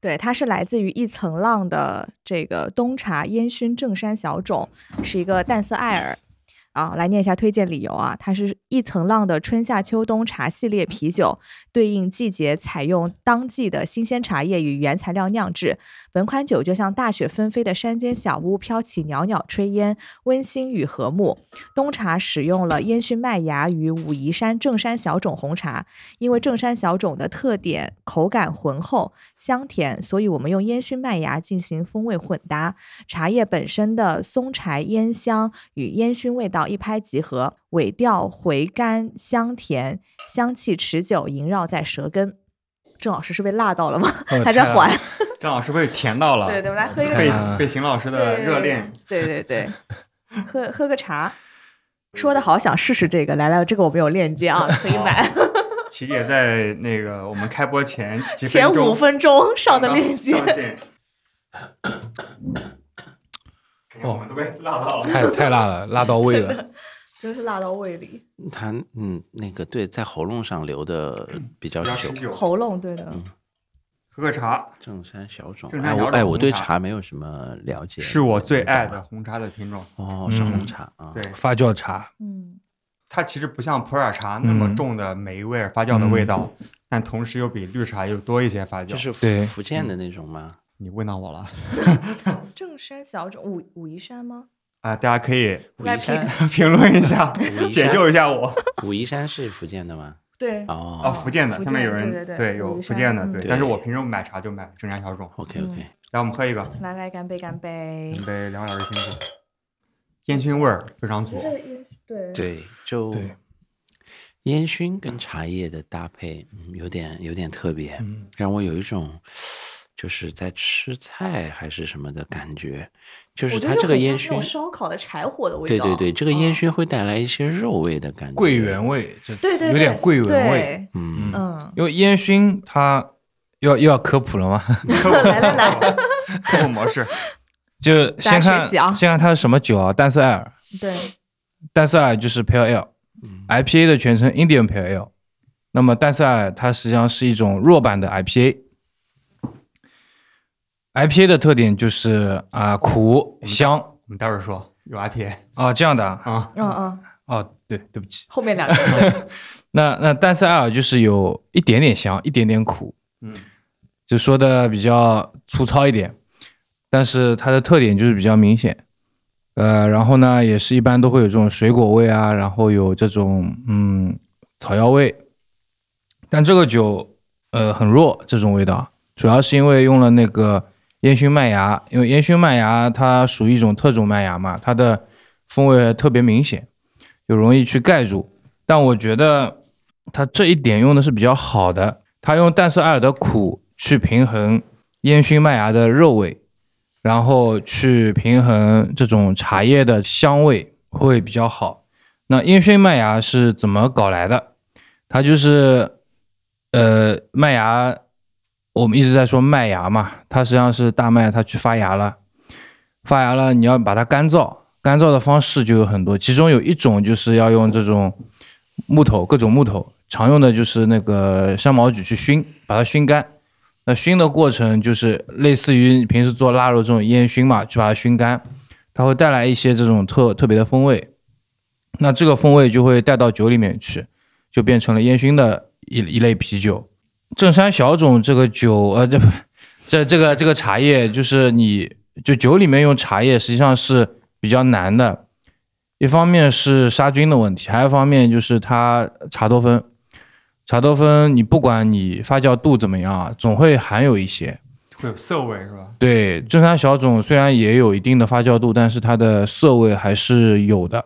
Speaker 3: 对，它是来自于一层浪的这个冬茶烟熏正山小种，是一个淡色艾尔。啊，来念一下推荐理由啊，它是一层浪的春夏秋冬茶系列啤酒，对应季节采用当季的新鲜茶叶与原材料酿制。本款酒就像大雪纷飞的山间小屋，飘起袅袅炊烟，温馨与和睦。冬茶使用了烟熏麦芽与武夷山正山小种红茶，因为正山小种的特点口感浑厚香甜，所以我们用烟熏麦芽进行风味混搭。茶叶本身的松柴烟香与烟熏味道一拍即合，尾调回甘香甜，香气持久萦绕在舌根。郑老师是被辣到了吗？
Speaker 5: 哦
Speaker 3: 还在
Speaker 5: 太
Speaker 3: 还？
Speaker 2: 郑老师被甜到了，
Speaker 3: 对对，我们来喝一个
Speaker 2: 被
Speaker 3: 茶。
Speaker 5: 茶
Speaker 2: 被邢老师的热恋，
Speaker 3: 对对对，喝喝个茶。说的好想试试这个，来来，这个我们有链接啊，可以买。
Speaker 2: 琪姐在那个我们开播前几
Speaker 3: 前
Speaker 2: 钟
Speaker 3: 五分钟上的
Speaker 2: 刚
Speaker 3: 链接，
Speaker 2: 上线。哎呀我们都被辣到了。
Speaker 5: 太太辣了，辣到胃了。
Speaker 3: 真是辣到胃里，
Speaker 4: 它嗯，那个对，在喉咙上留的比较
Speaker 2: 比较
Speaker 4: 久
Speaker 2: 持。久，
Speaker 3: 喉咙对的，
Speaker 2: 喝个茶
Speaker 4: 正山小种，
Speaker 2: 正山
Speaker 4: 哎我
Speaker 2: 小种
Speaker 4: 哎我对
Speaker 2: 红茶
Speaker 4: 茶没有什么了解，
Speaker 2: 是我最爱的红茶的品种。
Speaker 4: 哦，是
Speaker 5: 嗯
Speaker 4: 红茶啊，
Speaker 2: 对，
Speaker 5: 发酵茶，
Speaker 3: 嗯，
Speaker 2: 它其实不像普洱茶那么
Speaker 5: 嗯
Speaker 2: 重的霉味儿、发酵的味道，但同时又比绿茶又多一些发酵。
Speaker 4: 就是福
Speaker 5: 对
Speaker 4: 福建的那种吗？
Speaker 2: 你问到我了
Speaker 3: 正山小种武武夷山吗？
Speaker 2: 啊，大家可以
Speaker 4: 武
Speaker 3: 来
Speaker 4: 夷山，
Speaker 2: 评论一下，
Speaker 4: 武夷
Speaker 2: 解
Speaker 4: 山，
Speaker 2: 救一下我。
Speaker 4: 武夷山是福建的吗？
Speaker 3: 对，
Speaker 2: 啊，
Speaker 4: 哦
Speaker 2: 福建的，
Speaker 3: 福
Speaker 2: 下面有
Speaker 3: 建
Speaker 2: 人
Speaker 3: 对对对武
Speaker 2: 有
Speaker 3: 夷
Speaker 2: 福建的，
Speaker 3: 山
Speaker 2: 对
Speaker 4: 嗯。
Speaker 2: 但是我平时买茶就买正山小种。
Speaker 4: ，OK OK，
Speaker 2: 来，我们喝一个，
Speaker 3: 来来干杯干杯
Speaker 2: 准，备两个小时辛苦。烟熏味儿非常足，
Speaker 3: 对
Speaker 4: 对，就
Speaker 5: 对
Speaker 4: 烟熏跟茶叶的搭配，嗯有点有点特别，
Speaker 5: 嗯
Speaker 4: 让我有一种就是在吃菜还是什么的感觉，就是
Speaker 3: 我觉
Speaker 4: 它
Speaker 3: 得
Speaker 4: 这
Speaker 3: 就
Speaker 4: 个
Speaker 3: 很像
Speaker 4: 烟
Speaker 3: 那种
Speaker 4: 熏，
Speaker 3: 烧烤的柴火的味
Speaker 4: 对
Speaker 3: 道，
Speaker 4: 对对，这个烟
Speaker 3: 嗯，
Speaker 4: 熏会带来一些肉味的感觉，
Speaker 5: 桂圆，味，这
Speaker 3: 对对，
Speaker 5: 有点
Speaker 3: 对
Speaker 5: 桂圆味。
Speaker 3: 对
Speaker 4: 嗯，
Speaker 3: 嗯，
Speaker 5: 因为烟熏它要又要科普了嘛，
Speaker 3: 来来来，
Speaker 2: 客户模式，
Speaker 5: 就
Speaker 3: 大
Speaker 5: 先
Speaker 3: 家
Speaker 5: 看
Speaker 3: 学习啊
Speaker 5: 先看它是什么酒啊，淡色艾尔，
Speaker 3: 对，
Speaker 5: 淡色艾尔就是 Pale Ale，IPA 的全称 Indian Pale Ale，那么淡色艾尔它实际上是一种弱版的 IPA。IPA 的特点就是啊、苦香
Speaker 2: 我们待会儿说有 IPA
Speaker 5: 啊、这样的啊
Speaker 2: 啊，
Speaker 3: 嗯嗯，
Speaker 5: 哦对对不起，
Speaker 3: 后面两个对
Speaker 5: 那那淡色艾尔就是有一点点香，一点点苦，
Speaker 2: 嗯，
Speaker 5: 就说的比较粗糙一点，但是它的特点就是比较明显。呃，然后呢，也是一般都会有这种水果味啊，然后有这种嗯草药味，但这个酒呃很弱这种味道，主要是因为用了那个烟熏麦芽，因为烟熏麦芽它属于一种特种麦芽嘛，它的风味特别明显，就容易去盖住。但我觉得它这一点用的是比较好的，它用淡色艾尔的苦去平衡烟熏麦芽的肉味，然后去平衡这种茶叶的香味会比较好。那烟熏麦芽是怎么搞来的？它就是呃麦芽，我们一直在说麦芽嘛，它实际上是大麦它去发芽了，发芽了你要把它干燥，干燥的方式就有很多，其中有一种就是要用这种木头，各种木头，常用的就是那个香茅菊去熏，把它熏干。那熏的过程就是类似于你平时做腊肉这种烟熏嘛，去把它熏干，它会带来一些这种特特别的风味。那这个风味就会带到酒里面去，就变成了烟熏的一一类啤酒。正山小种这个酒，呃， 这不这这个这个茶叶，就是你就酒里面用茶叶，实际上是比较难的。一方面是杀菌的问题，还有一方面就是它茶多酚。茶多酚，你不管你发酵度怎么样啊，总会含有一些。
Speaker 2: 会有涩味是吧？
Speaker 5: 对，正山小种虽然也有一定的发酵度，但是它的涩味还是有的。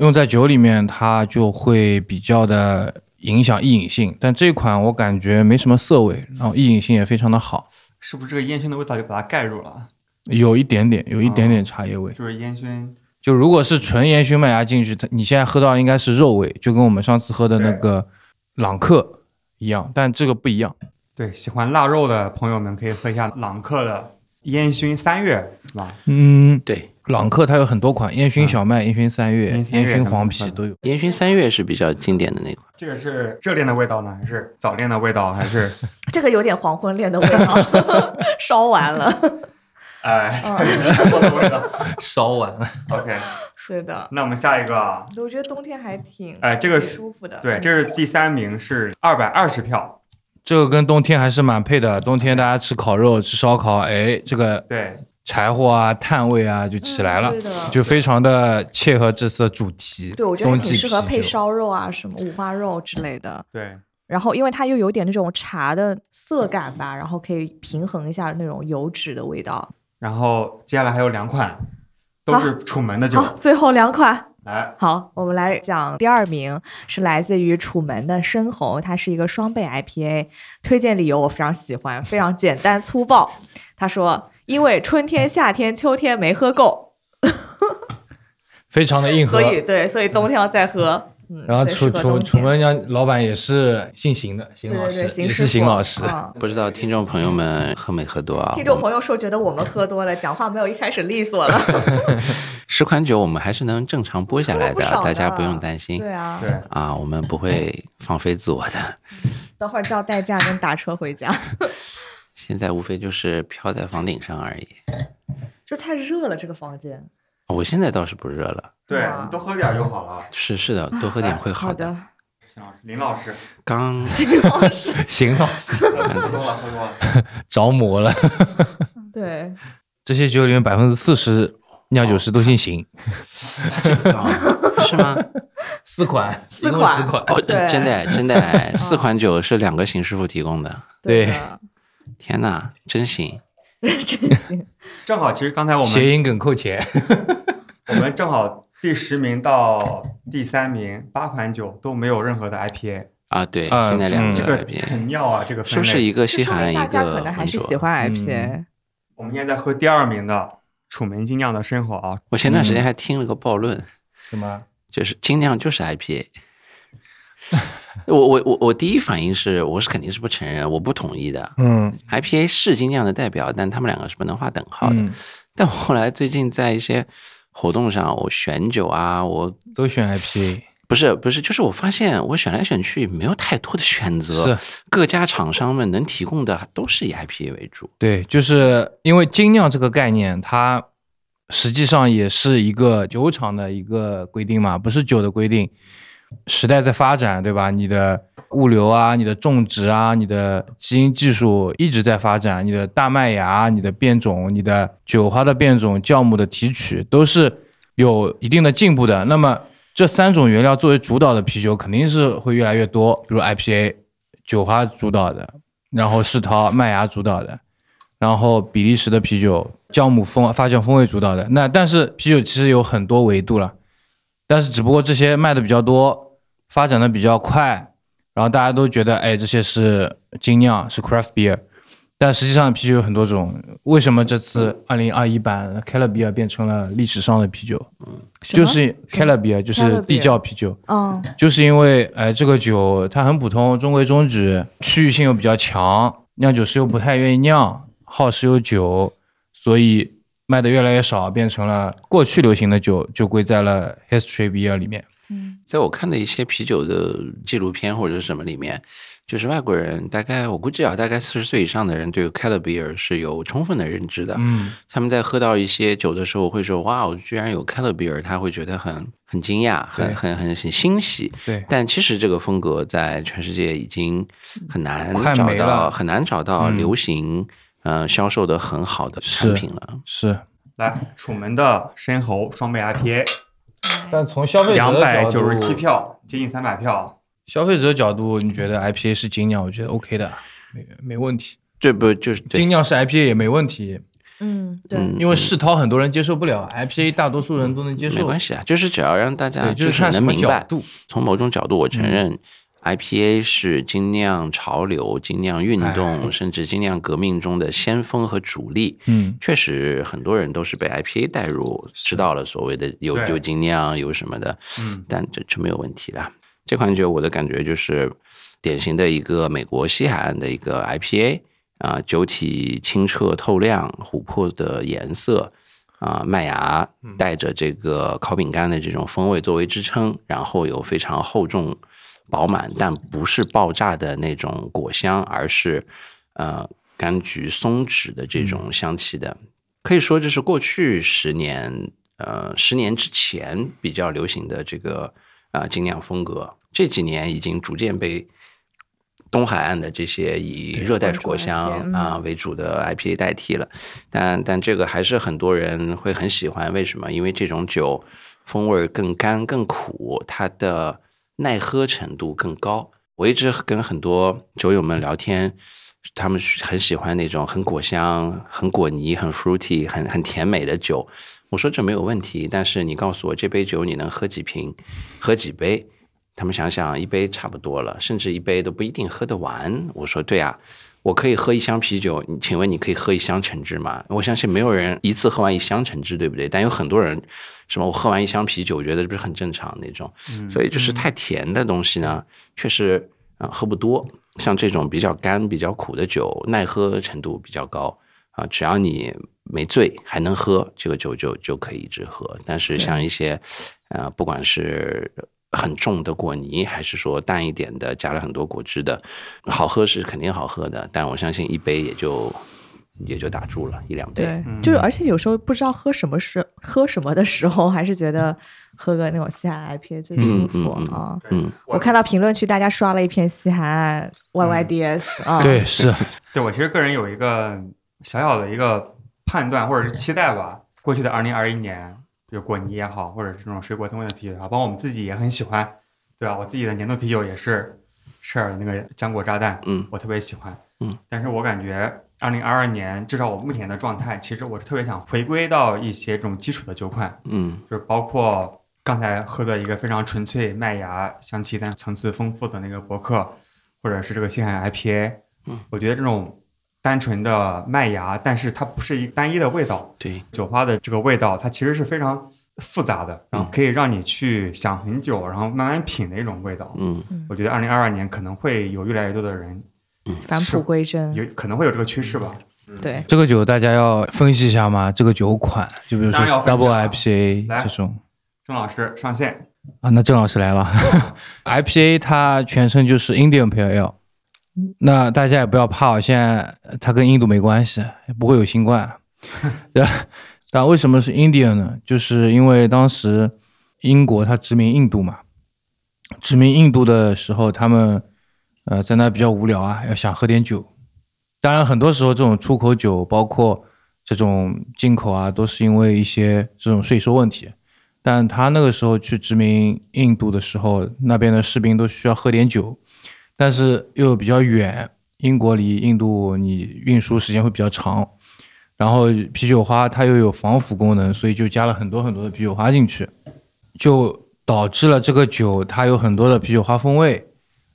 Speaker 5: 用在酒里面，它就会比较的影响易饮性。但这款我感觉没什么涩味，然后易饮性也非常的好，
Speaker 2: 是不是这个烟熏的味道就把它盖住了？
Speaker 5: 有一点点，有一点点茶叶味。
Speaker 2: 就是烟熏
Speaker 5: 就如果是纯烟熏麦芽进去，它你现在喝到的应该是肉味，就跟我们上次喝的那个朗克一样，但这个不一样。
Speaker 2: 对，喜欢腊肉的朋友们可以喝一下朗克的烟熏三月，是吧？
Speaker 5: 嗯，
Speaker 4: 对，
Speaker 5: 朗克它有很多款，烟熏小麦、烟熏三月、
Speaker 2: 烟熏
Speaker 5: 烟
Speaker 2: 三月
Speaker 5: 熏黄
Speaker 2: 什
Speaker 5: 皮
Speaker 2: 么
Speaker 5: 都有。
Speaker 4: 烟熏三月是比较经典的那款，
Speaker 2: 这个是热恋的味道呢，还是早恋的味道，还是
Speaker 3: 这个有点黄昏恋的味道， 烧完了，
Speaker 2: 哎
Speaker 3: 嗯，
Speaker 2: 生活的味道
Speaker 5: 烧完了，
Speaker 2: ？OK，
Speaker 3: 是的，
Speaker 2: 那我们下一个啊，
Speaker 3: 我觉得冬天还挺
Speaker 2: 哎这个
Speaker 3: 挺
Speaker 2: 是
Speaker 3: 舒服的，
Speaker 2: 对，这是第三名，是二百二十票，
Speaker 5: 这个跟冬天还是蛮配的。冬天大家吃烤肉、吃烧烤，哎，这个
Speaker 2: 对，
Speaker 5: 柴火啊、炭味啊就
Speaker 3: 嗯
Speaker 5: 起来了，
Speaker 3: 对的，
Speaker 5: 就非常的切合这次的主题。
Speaker 3: 对我觉得还
Speaker 5: 冬季
Speaker 3: 挺适合
Speaker 5: 啤
Speaker 3: 配
Speaker 5: 酒。
Speaker 3: 烧肉啊，什么五花肉之类的。
Speaker 2: 对，
Speaker 3: 然后，因为它又有点那种茶的涩感吧，然后可以平衡一下那种油脂的味道。
Speaker 2: 然后接下来还有两款，都是楚门的酒，哎
Speaker 3: 好，最后两款，
Speaker 2: 来，
Speaker 3: 好，我们来讲第二名是来自于楚门的深红，它是一个双倍 IPA。推荐理由我非常喜欢，非常简单粗暴。他说，因为春天、夏天、秋天没喝够，
Speaker 5: 非常的硬核
Speaker 3: 所，以对，所以冬天要再喝。嗯，
Speaker 5: 然后
Speaker 3: 所以
Speaker 5: 楚
Speaker 3: 适合冬
Speaker 5: 楚
Speaker 3: 天
Speaker 5: 楚门江老板也是姓邢的，邢
Speaker 3: 对
Speaker 5: 老
Speaker 3: 对
Speaker 5: 师
Speaker 3: 对，邢
Speaker 5: 也
Speaker 3: 师
Speaker 5: 是邢
Speaker 3: 傅
Speaker 5: 老师。
Speaker 3: 啊
Speaker 4: 不知道听众朋友们喝没喝多啊？
Speaker 3: 听众
Speaker 4: 我
Speaker 3: 朋友说觉得我们喝多了，讲话没有一开始利索了，
Speaker 4: 十款酒我们还是能正常播下
Speaker 3: 喝
Speaker 4: 来
Speaker 3: 了不少
Speaker 4: 大家
Speaker 3: 呢
Speaker 4: 不用担心
Speaker 3: 对啊，
Speaker 2: 对，
Speaker 4: 啊，我们不会放飞自我的。
Speaker 3: 等会儿叫代驾跟打车回家，
Speaker 4: 现在无非就是飘在房顶上而已。
Speaker 3: 就太热了这个房间。
Speaker 4: 我现在倒是不热了，
Speaker 2: 对
Speaker 3: 哇
Speaker 2: 你多喝点儿就好了。
Speaker 4: 是是的，多喝点会好的。
Speaker 3: 的，
Speaker 2: 行老师林老师，
Speaker 4: 刚
Speaker 3: 秦老师，
Speaker 5: 邢老师
Speaker 2: 喝多了，喝多了。
Speaker 5: 着魔了，
Speaker 3: 对，
Speaker 5: 这些酒里面百分之四十酿酒师都姓邢，
Speaker 4: 这个刚是吗？
Speaker 5: 四款，
Speaker 3: 四
Speaker 5: 一共
Speaker 3: 款
Speaker 5: 十款。
Speaker 4: 哦，
Speaker 3: 对
Speaker 4: 真的真 的，四款酒是两个邢师傅提供的。
Speaker 5: 对
Speaker 3: 的，
Speaker 4: 天哪，真行！
Speaker 3: 真行，
Speaker 2: 正好，其实刚才我们
Speaker 5: 谐音梗扣钱，
Speaker 2: 我们正好第十名到第三名八款酒都没有任何的 IPA，
Speaker 4: 啊，对，
Speaker 5: 啊
Speaker 4: 现在两
Speaker 5: 嗯
Speaker 2: 这
Speaker 4: 个
Speaker 2: 个
Speaker 4: IPA，
Speaker 2: 很妙啊，这个
Speaker 4: 是不
Speaker 2: 分
Speaker 4: 是
Speaker 2: 类。
Speaker 4: 一个
Speaker 3: 这
Speaker 4: 西
Speaker 3: 说
Speaker 4: 韩
Speaker 3: 明
Speaker 4: 一
Speaker 3: 大家可
Speaker 4: 个
Speaker 3: 能还
Speaker 4: 浑
Speaker 3: 是喜
Speaker 4: 浊？
Speaker 3: 欢
Speaker 5: 嗯
Speaker 3: IPA，
Speaker 2: 我们现在在喝第二名的楚门精酿的生活啊，
Speaker 4: 我前段时间还听了个暴论，
Speaker 5: 什么？
Speaker 4: 就是精酿就是 IPA。我我我我第一反应是，我是肯定是不承认，我不同意的。
Speaker 5: 嗯，
Speaker 4: IPA 是精酿的代表，但他们两个是不能划等号的。
Speaker 5: 嗯
Speaker 4: 但我后来最近在一些活动上，我选酒啊，我
Speaker 5: 都选 IPA，
Speaker 4: 不是不是，就是我发现我选来选去没有太多的选择，
Speaker 5: 是
Speaker 4: 各家厂商们能提供的都是以 IPA 为主。
Speaker 5: 对，就是因为精酿这个概念，它实际上也是一个酒厂的一个规定嘛，不是酒的规定。时代在发展，对吧？你的物流啊，你的种植啊，你的基因技术一直在发展，你的大麦芽、你的变种、你的酒花的变种、酵母的提取都是有一定的进步的。那么这三种原料作为主导的啤酒，肯定是会越来越多，比如 IPA 酒花主导的，然后世涛麦芽啊主导的，然后比利时的啤酒酵母风发酵风味主导的。那但是啤酒其实有很多维度了，但是只不过这些卖的比较多，发展的比较快，然后大家都觉得哎这些是精酿是 craft beer，但实际上啤酒有很多种。为什么这次二零二一版 c a l a b e r 变成了历史上的啤酒？就
Speaker 3: 嗯什么
Speaker 5: 是 c a l a b e r 就
Speaker 3: Calabeer
Speaker 5: 是地窖啤酒。
Speaker 3: 嗯，
Speaker 5: 就是因为呃这个酒它很普通，中规中矩，区域性又比较强，酿酒师又不太愿意酿，耗时又久，所以卖的越来越少，变成了过去流行的酒就归在了 history beer 里面。
Speaker 4: 在我看的一些啤酒的纪录片或者是什么里面，就是外国人大概我估计啊，大概四十岁以上的人对 c a l i b e r 是有充分的认知的。
Speaker 5: 嗯，
Speaker 4: 他们在喝到一些酒的时候会说：“哇，我居然有 c a l i b e r 他会觉得很很惊讶，很
Speaker 5: 对
Speaker 4: 很很很欣喜。
Speaker 5: 对，
Speaker 4: 但其实这个风格在全世界已经很难
Speaker 5: 嗯快
Speaker 4: 找
Speaker 5: 没
Speaker 4: 到，
Speaker 5: 了
Speaker 4: 很难找到
Speaker 5: 嗯
Speaker 4: 流行、呃销售的很好的产
Speaker 5: 是
Speaker 4: 品了。
Speaker 5: 是。
Speaker 2: 来楚门的深喉双倍 IPA，
Speaker 5: 但从消费者
Speaker 2: 两百
Speaker 5: 角
Speaker 2: 九
Speaker 5: 度
Speaker 2: 十七，票，接近三百票。
Speaker 5: 消费者角度，你觉得 IPA 是精酿？我觉得 OK 的，没没问题。
Speaker 4: 这不就是对
Speaker 5: 精酿是 IPA 也没问题，
Speaker 3: 嗯，对，
Speaker 4: 嗯，
Speaker 5: 因为世涛很多人接受不了，IPA 大多数人都能接
Speaker 4: 没
Speaker 5: 受。
Speaker 4: 关系啊，就是只要让大家
Speaker 5: 对，就
Speaker 4: 就是
Speaker 5: 看什
Speaker 4: 能
Speaker 5: 么
Speaker 4: 明
Speaker 5: 角嗯
Speaker 4: 白，
Speaker 5: 度。
Speaker 4: 从某种角度，我承认 IPA 是精酿潮流、精酿运
Speaker 5: 哎
Speaker 4: 动，甚至精酿革命中的先锋和主力。
Speaker 5: 嗯，
Speaker 4: 确实，很多人都是被 IPA 带入，知道了所谓的有
Speaker 2: 对
Speaker 4: 有精酿有什么的，
Speaker 2: 嗯，
Speaker 4: 但这这没有问题啦。这款酒我的感觉就是典型的一个美国西海岸的一个 IPA 啊、酒体清澈透亮，琥珀的颜色啊、麦芽
Speaker 2: 嗯
Speaker 4: 带着这个烤饼干的这种风味作为支撑，然后有非常厚重、饱满，但不是爆炸的那种果香，而是呃柑橘松脂的这
Speaker 3: 嗯
Speaker 4: 种香气的。可以说这是过去十年，呃，十年之前比较流行的这个啊、呃、精酿风格，这几年已经逐渐被东海岸的这些以热带果香
Speaker 3: 关注 IPA 嗯
Speaker 4: 啊、为主的 IPA 代替了，但但这个还是很多人会很喜欢。为什么？因为这种酒风味更干、更苦，它的耐喝程度更高。我一直跟很多酒友们聊天，他们很喜欢那种很果香、很果泥、很 fruity、很很甜美的酒。我说这没有问题，但是你告诉我这杯酒你能喝几瓶，喝几杯？他们想想一杯差不多了，甚至一杯都不一定喝得完。我说对啊，我可以喝一箱啤酒，你请问你可以喝一箱橙汁吗？我相信没有人一次喝完一箱橙汁，对不对？但有很多人，什么我喝完一箱啤酒，我觉得这不是很正常那种。所以就是太甜的东西呢，确实啊、呃喝不多。像这种比较干、比较苦的酒，耐喝程度比较高啊、只要你没醉还能喝，这个酒就就可以一直喝。但是像一些呃，不管是很重的果泥，还是说淡一点的，加了很多果汁的，好喝是肯定好喝的，但我相信一杯也就也就打住了一两杯。
Speaker 3: 对，就是而且有时候不知道喝什么时喝什么的时候，还是觉得喝个那种西海岸 IPA 最舒服
Speaker 4: 嗯嗯
Speaker 3: 啊。
Speaker 4: 嗯，
Speaker 3: 我看到评论区大家刷了一篇西海岸 YYDS 啊，
Speaker 5: 对，是
Speaker 2: 对我其实个人有一个小小的一个判断或者是期待吧，过去的二零二一年，比如果泥也好，或者是这种水果风味的啤酒也好，包括我们自己也很喜欢，对吧、我自己的年度啤酒也是赤耳的那个浆果炸弹，
Speaker 4: 嗯，
Speaker 2: 我特别喜欢，
Speaker 4: 嗯，
Speaker 2: 但是我感觉二零二二年，至少我目前的状态，其实我是特别想回归到一些这种基础的酒款，
Speaker 4: 嗯
Speaker 2: 就是包括刚才喝的一个非常纯粹麦芽香气但层次丰富的那个博客，或者是这个星海 IPA，
Speaker 4: 嗯，
Speaker 2: 我觉得这种单纯的麦芽，但是它不是一单一的味道，
Speaker 4: 对，
Speaker 2: 酒花的这个味道，它其实是非常复杂的，然
Speaker 5: 嗯
Speaker 2: 后可以让你去想很久，然后慢慢品的一种味道。
Speaker 4: 嗯
Speaker 2: 我觉得二零二二年可能会有越来越多的人
Speaker 3: 返璞归真，
Speaker 2: 有可能会有这个趋势吧。
Speaker 5: 嗯
Speaker 4: 嗯
Speaker 3: 对，
Speaker 5: 这个酒大家要分析一下吗？这个酒款，就比如说
Speaker 2: 当然要分析
Speaker 5: double
Speaker 2: 了
Speaker 5: IPA
Speaker 2: 来
Speaker 5: 这种
Speaker 2: 郑老师上线，
Speaker 5: 啊，那郑老师来 了，IPA 它全称就是 Indian Pale Ale，那大家也不要怕哦，现在它跟印度没关系，也不会有新冠， 对吧？但为什么是 Indian 呢？就是因为当时英国它殖民印度嘛，殖民印度的时候，他们呃在那比较无聊啊，要想喝点酒。当然，很多时候这种出口酒，包括这种进口啊，都是因为一些这种税收问题。但他那个时候去殖民印度的时候，那边的士兵都需要喝点酒，但是又比较远，英国离印度你运输时间会比较长。然后啤酒花它又有防腐功能，所以就加了很多很多的啤酒花进去，就导致了这个酒它有很多的啤酒花风味，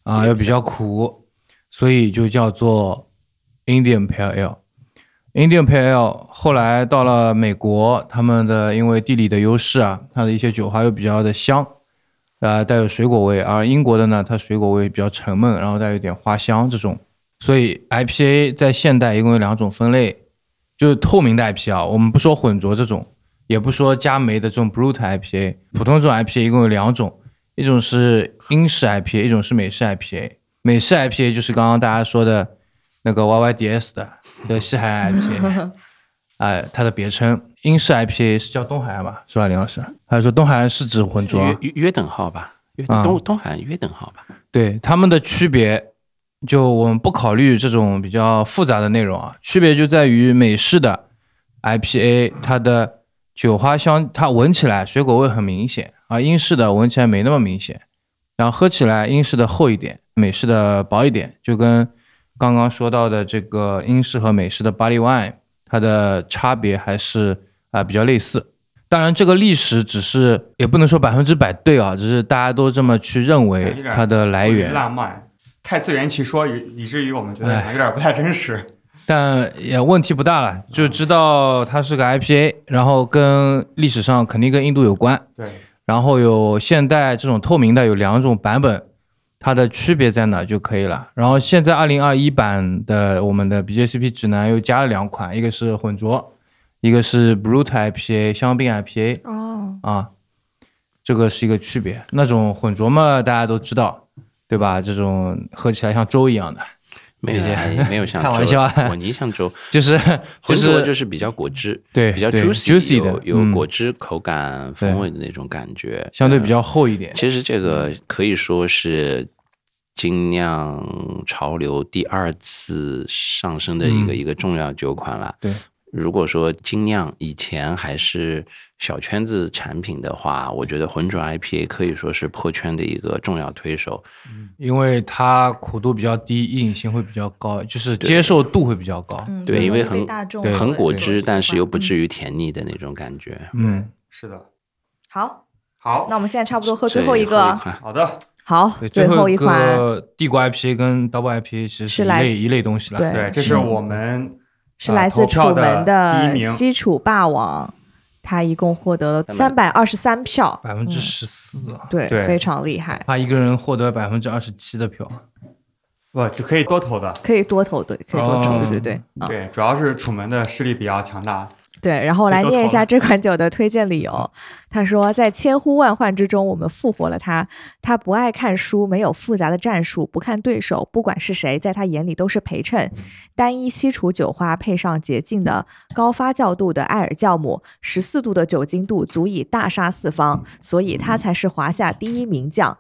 Speaker 5: 啊，又比较苦，所以就叫做 Indian Pale Ale。Indian Pale Ale 后来到了美国，他们的因为地理的优势啊，它的一些酒花又比较的香，呃，带有水果味，而英国的呢，它水果味比较沉闷，然后带有点花香这种。所以 IPA 在现代一共有两种分类，就是透明的 IPA，啊我们不说混浊这种，也不说加酶的这种 Brut IPA，普通这种 IPA 一共有两种，一种是英式 IPA，一种是美式 IPA。美式 IPA 就是刚刚大家说的那个 YYDS 的的西海岸 IPA，哎、它的别称。英式 IPA 是叫东海岸吧，是吧，林老师？还是说东海岸是指混浊？
Speaker 4: 约约约等号吧，约
Speaker 5: 啊
Speaker 4: 东东海岸约等号吧。
Speaker 5: 对它们的区别，就我们不考虑这种比较复杂的内容啊，区别就在于美式的 IPA 它的酒花香，它闻起来水果味很明显，而英式的闻起来没那么明显，然后喝起来英式的厚一点，美式的薄一点，就跟刚刚说到的这个英式和美式的 Body Wine 它的差别还是啊、比较类似。当然，这个历史只是也不能说百分之百对啊，只是大家都这么去认为它的来
Speaker 4: 哦
Speaker 5: 源。
Speaker 2: 浪漫，太自圆其说，以以至于我们觉得
Speaker 5: 哎
Speaker 2: 好像有点不太真实。
Speaker 5: 但也问题不大了，
Speaker 4: 嗯
Speaker 5: 就知道它是个 IPA，然后跟历史上肯定跟印度有关，
Speaker 2: 对，
Speaker 5: 然后有现代这种透明的有两种版本，它的区别在哪就可以了。然后现在二零二一版的我们的 BJCP 指南又加了两款，一个是混浊，一个是 Brut IPA 香槟 IPA
Speaker 3: 哦，
Speaker 5: 啊，这个是一个区别。那种混浊嘛，大家都知道，对吧？这种喝起来像粥一样的，
Speaker 4: 没有
Speaker 5: 理解
Speaker 4: 哎没有像
Speaker 5: 开玩
Speaker 4: 粥
Speaker 5: 笑啊
Speaker 4: 果泥像粥，
Speaker 5: 就是就
Speaker 4: 浑浊
Speaker 5: 是
Speaker 4: 就是比较果汁，
Speaker 5: 对
Speaker 4: 比较
Speaker 5: 对
Speaker 4: juicy，,
Speaker 5: juicy 的
Speaker 4: 有
Speaker 5: 嗯
Speaker 4: 有果汁口感、风味的那种感觉，
Speaker 5: 相对
Speaker 4: 嗯
Speaker 5: 比较厚一点。
Speaker 4: 其实这个可以说是精酿潮流第二次上升的一个、
Speaker 5: 嗯
Speaker 4: 一个重要酒款了。
Speaker 5: 对，
Speaker 4: 如果说精酿以前还是小圈子产品的话，我觉得浑浊 IPA 可以说是破圈的一个重要推手。
Speaker 5: 因为它苦度比较低，易饮性会比较高，就是接受度会比较高。
Speaker 3: 嗯
Speaker 4: 对，因为很
Speaker 3: 大众
Speaker 5: 对
Speaker 4: 哦很果
Speaker 3: 所
Speaker 4: 汁，
Speaker 3: 喜
Speaker 4: 但是又
Speaker 3: 欢
Speaker 4: 不
Speaker 3: 嗯
Speaker 4: 至于甜腻的那种感觉。
Speaker 5: 嗯，
Speaker 2: 是的。
Speaker 3: 好，
Speaker 2: 好
Speaker 3: 那，我们现在差不多喝最
Speaker 4: 所以
Speaker 3: 后一个
Speaker 4: 款
Speaker 2: 好的，
Speaker 3: 好，
Speaker 5: 对，
Speaker 3: 最
Speaker 5: 后
Speaker 3: 一款
Speaker 5: 个地瓜 IPA 跟 Double IPA 其实
Speaker 3: 是
Speaker 5: 一
Speaker 3: 来
Speaker 5: 类一类东西了。嗯
Speaker 3: 对
Speaker 2: 对，这是我们
Speaker 3: 是
Speaker 2: 呃
Speaker 3: 来
Speaker 2: 投
Speaker 3: 自楚
Speaker 2: 票
Speaker 3: 门
Speaker 2: 第一
Speaker 3: 的
Speaker 2: 名，
Speaker 3: 西楚霸王，他一共获得了三百二十三票，
Speaker 5: 百分之十四，啊
Speaker 3: 对，
Speaker 2: 对
Speaker 3: 非常厉害，
Speaker 5: 他一个人获得百分之二十七的票。
Speaker 2: 不就可以多投的。
Speaker 3: 可以多投对，可以多投
Speaker 5: 哦
Speaker 3: 对对对，嗯
Speaker 2: 对，主要是楚门的势力比较强大，
Speaker 3: 对，然后我来
Speaker 2: 所以都
Speaker 3: 念一
Speaker 2: 投
Speaker 3: 下
Speaker 2: 了嗯
Speaker 3: 这款酒的推荐理由。他说，在千呼万唤之中，我们复活了他。他不爱看书，没有复杂的战术，不看对手，不管是谁，在他眼里都是陪衬。
Speaker 2: 嗯
Speaker 3: 单一西楚酒花配上洁净的高发酵度的艾尔酵母，十四度的酒精度足以大杀四方，所以
Speaker 2: 嗯
Speaker 3: 他才是华夏第一名将，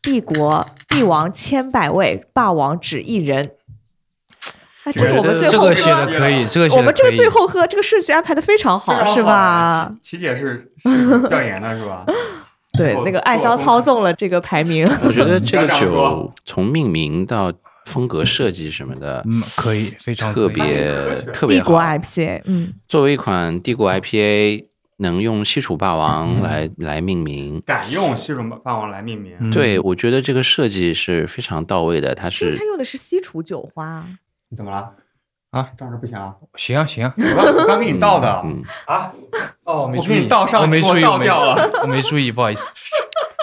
Speaker 3: 帝国帝王千百位，霸王只一人。啊，这
Speaker 2: 觉
Speaker 3: 个
Speaker 2: 得
Speaker 3: 我们最
Speaker 5: 这
Speaker 3: 后
Speaker 5: 个
Speaker 3: 说
Speaker 5: 写的可以，这个写的
Speaker 3: 我们这个
Speaker 5: 可以
Speaker 3: 最后喝，这个顺序安排的非常
Speaker 2: 非
Speaker 3: 好，
Speaker 2: 常
Speaker 3: 是
Speaker 2: 啊
Speaker 3: 吧？
Speaker 2: 琪琪姐是是调研的是吧？
Speaker 3: 对，
Speaker 2: 做
Speaker 3: 那个
Speaker 2: 做
Speaker 3: 爱香
Speaker 2: 功
Speaker 3: 操
Speaker 2: 课
Speaker 3: 纵了这个排名。
Speaker 4: 我觉得这个
Speaker 2: 家长
Speaker 4: 酒
Speaker 2: 说
Speaker 4: 从命名到风格设计什么的，
Speaker 5: 嗯，可以，非常
Speaker 4: 特
Speaker 5: 可以
Speaker 4: 别特别
Speaker 3: 帝国
Speaker 4: 好。
Speaker 3: IPA，嗯，
Speaker 4: 作为一款帝国 IPA，能用西楚霸
Speaker 5: 嗯
Speaker 4: 王来来命名，
Speaker 2: 敢用西楚霸王来命名，
Speaker 5: 嗯
Speaker 4: 对我觉得这个设计是非常到位的。它
Speaker 3: 因为
Speaker 4: 是
Speaker 3: 哎它用的是西楚酒花，
Speaker 2: 怎么了？
Speaker 5: 啊，
Speaker 2: 这样是不行啊！
Speaker 5: 行啊行啊，
Speaker 2: 我刚我刚给你倒的
Speaker 4: 嗯，
Speaker 2: 啊！
Speaker 5: 哦，没
Speaker 2: 我
Speaker 5: 注
Speaker 2: 给
Speaker 5: 意，
Speaker 2: 你倒上，
Speaker 5: 我没
Speaker 2: 你给
Speaker 5: 注意，
Speaker 2: 倒
Speaker 5: 没
Speaker 2: 掉 了。
Speaker 5: 我没注意，不好意思，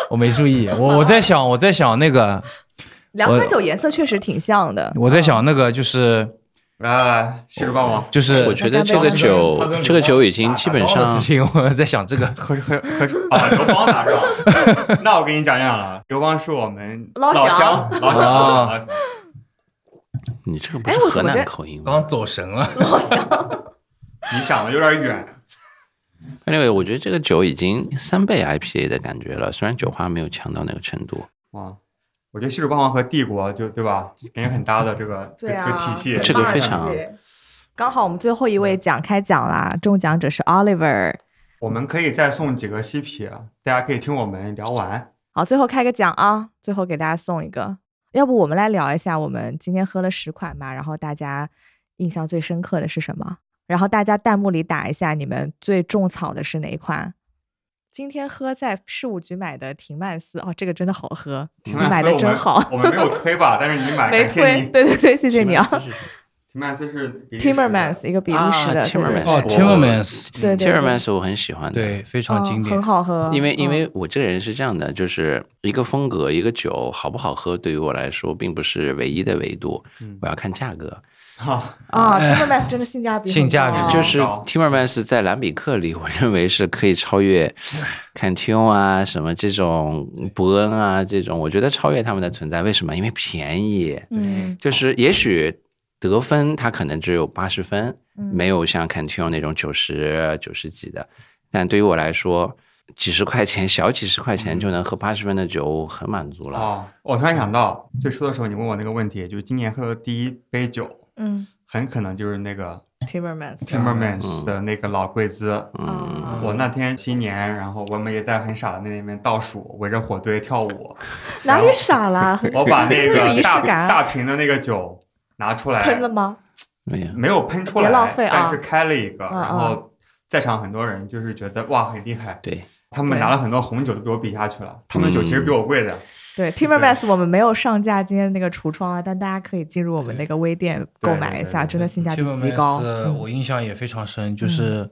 Speaker 5: 我没注意，我我在想，我在想那个，
Speaker 3: 两款酒颜色确实挺像的。
Speaker 5: 我在想那个就是
Speaker 2: 来，西楚霸王，
Speaker 5: 就是
Speaker 4: 我觉得这
Speaker 3: 它
Speaker 4: 个
Speaker 3: 跟
Speaker 4: 酒
Speaker 5: 它跟
Speaker 4: 这个
Speaker 5: 李
Speaker 4: 酒
Speaker 5: 光
Speaker 4: 已经
Speaker 5: 打
Speaker 4: 基本
Speaker 5: 打桩的
Speaker 4: 上
Speaker 5: 事情，我在想这个
Speaker 2: 喝喝喝啊，刘邦哪是吧？那我给你讲讲了，刘邦是我们
Speaker 3: 老
Speaker 2: 老
Speaker 3: 乡
Speaker 2: 乡，老乡，
Speaker 5: 啊
Speaker 2: 老乡
Speaker 4: 你这个不
Speaker 3: 哎
Speaker 4: 是
Speaker 3: 我
Speaker 4: 河
Speaker 3: 怎么
Speaker 4: 南
Speaker 3: 着
Speaker 4: 口音吗？
Speaker 5: 刚走神了，
Speaker 3: 老乡，
Speaker 2: 你想的有点远，
Speaker 4: Anyway，我觉得这个酒已经三倍 IPA 的感觉了，虽然酒花没有强到那个程度。
Speaker 2: 啊。我觉得西楚霸王和帝国就对吧，感觉很搭的这个这
Speaker 3: 对
Speaker 2: 个
Speaker 3: 啊
Speaker 2: 这个体系，
Speaker 4: 这个非常
Speaker 3: 霸气。刚好我们最后一位奖开奖啦，中奖者是 Oliver。
Speaker 2: 我们可以再送几个西啤，啊大家可以听我们聊完。
Speaker 4: 嗯
Speaker 3: 好，最后开个奖啊，最后给大家送一个。要不我们来聊一下，我们今天喝了十款嘛，然后大家印象最深刻的是什么？然后大家弹幕里打一下，你们最种草的是哪一款？今天喝在事务局买的婷曼斯，哦，这个真的好喝，你
Speaker 2: 婷曼斯
Speaker 3: 买的真好，
Speaker 2: 我们我们没有推吧，但是你买，
Speaker 3: 没
Speaker 2: 感谢
Speaker 3: 推，
Speaker 2: 你。
Speaker 3: 对对对，谢谢你啊。
Speaker 2: 婷曼斯是比利时的
Speaker 3: Timmermans 一个比利时的，对对
Speaker 4: 啊
Speaker 3: 对
Speaker 4: Timmermans
Speaker 5: 哦
Speaker 4: 我
Speaker 5: ，Timmermans，
Speaker 3: 对对对
Speaker 4: Terramans 我很喜欢的，
Speaker 5: 对，非常
Speaker 3: 嗯
Speaker 5: 经典
Speaker 3: 很，好喝，
Speaker 4: 因为因
Speaker 3: 嗯
Speaker 4: 为我这个人是这样的，就是一个风格一个酒好不好喝，对于我来说并不是唯一的维度
Speaker 2: 嗯，
Speaker 4: 我要看价格。
Speaker 2: 啊，
Speaker 3: 啊，Timmermans
Speaker 4: 哎
Speaker 3: 真的性价比很
Speaker 5: 性价比
Speaker 3: 高
Speaker 4: 就
Speaker 2: 哦
Speaker 4: 是
Speaker 2: 哦
Speaker 4: Timmermans 在兰比克里，我认为是可以超越 Cantillon 啊什么这种伯恩啊这种，我觉得超越他们的存在。为什么？因为便宜。
Speaker 3: 嗯
Speaker 4: 就是也许得分它可能只有八十分，
Speaker 3: 嗯
Speaker 4: 没有像 Cantillon 那种九十九十几的。但对于我来说，几十块钱小几十块
Speaker 3: 嗯
Speaker 4: 钱就能喝八十分的酒，我很满足了。
Speaker 2: 哦，我突然想到，最初的时候你问我那个问题，就是今年喝的第一杯酒，
Speaker 3: 嗯
Speaker 2: 很可能就是那个
Speaker 3: ，Timmermans
Speaker 2: Timmermans 的那个老贵兹。
Speaker 4: 嗯，
Speaker 3: 啊，
Speaker 2: 我那天新年，然后我们也在很傻的那边倒数，围着火堆跳舞。
Speaker 3: 哪里傻啦？很
Speaker 2: 我把那
Speaker 3: 有
Speaker 2: 个
Speaker 3: 仪式
Speaker 2: 大
Speaker 3: 感啊
Speaker 2: 大瓶的那个酒拿出来，
Speaker 3: 喷了吗？
Speaker 4: 没有。
Speaker 2: 没有喷出来，
Speaker 3: 别浪费啊
Speaker 2: 但是开了一个，
Speaker 3: 嗯
Speaker 2: 然后在场很多人就是觉得哇很厉害，
Speaker 4: 对，
Speaker 2: 他们拿了很多红酒都给我比下去
Speaker 3: 嗯
Speaker 2: 了，他们的酒其实比我贵的，
Speaker 3: 对，Timmermans 我们没有上架今天那个橱窗啊，但大家可以进入我们那个微店购买一下，
Speaker 2: 对对对对
Speaker 3: 真的性价比
Speaker 5: Timmermans，呃
Speaker 3: 极高。嗯
Speaker 5: 我印象也非常深，就是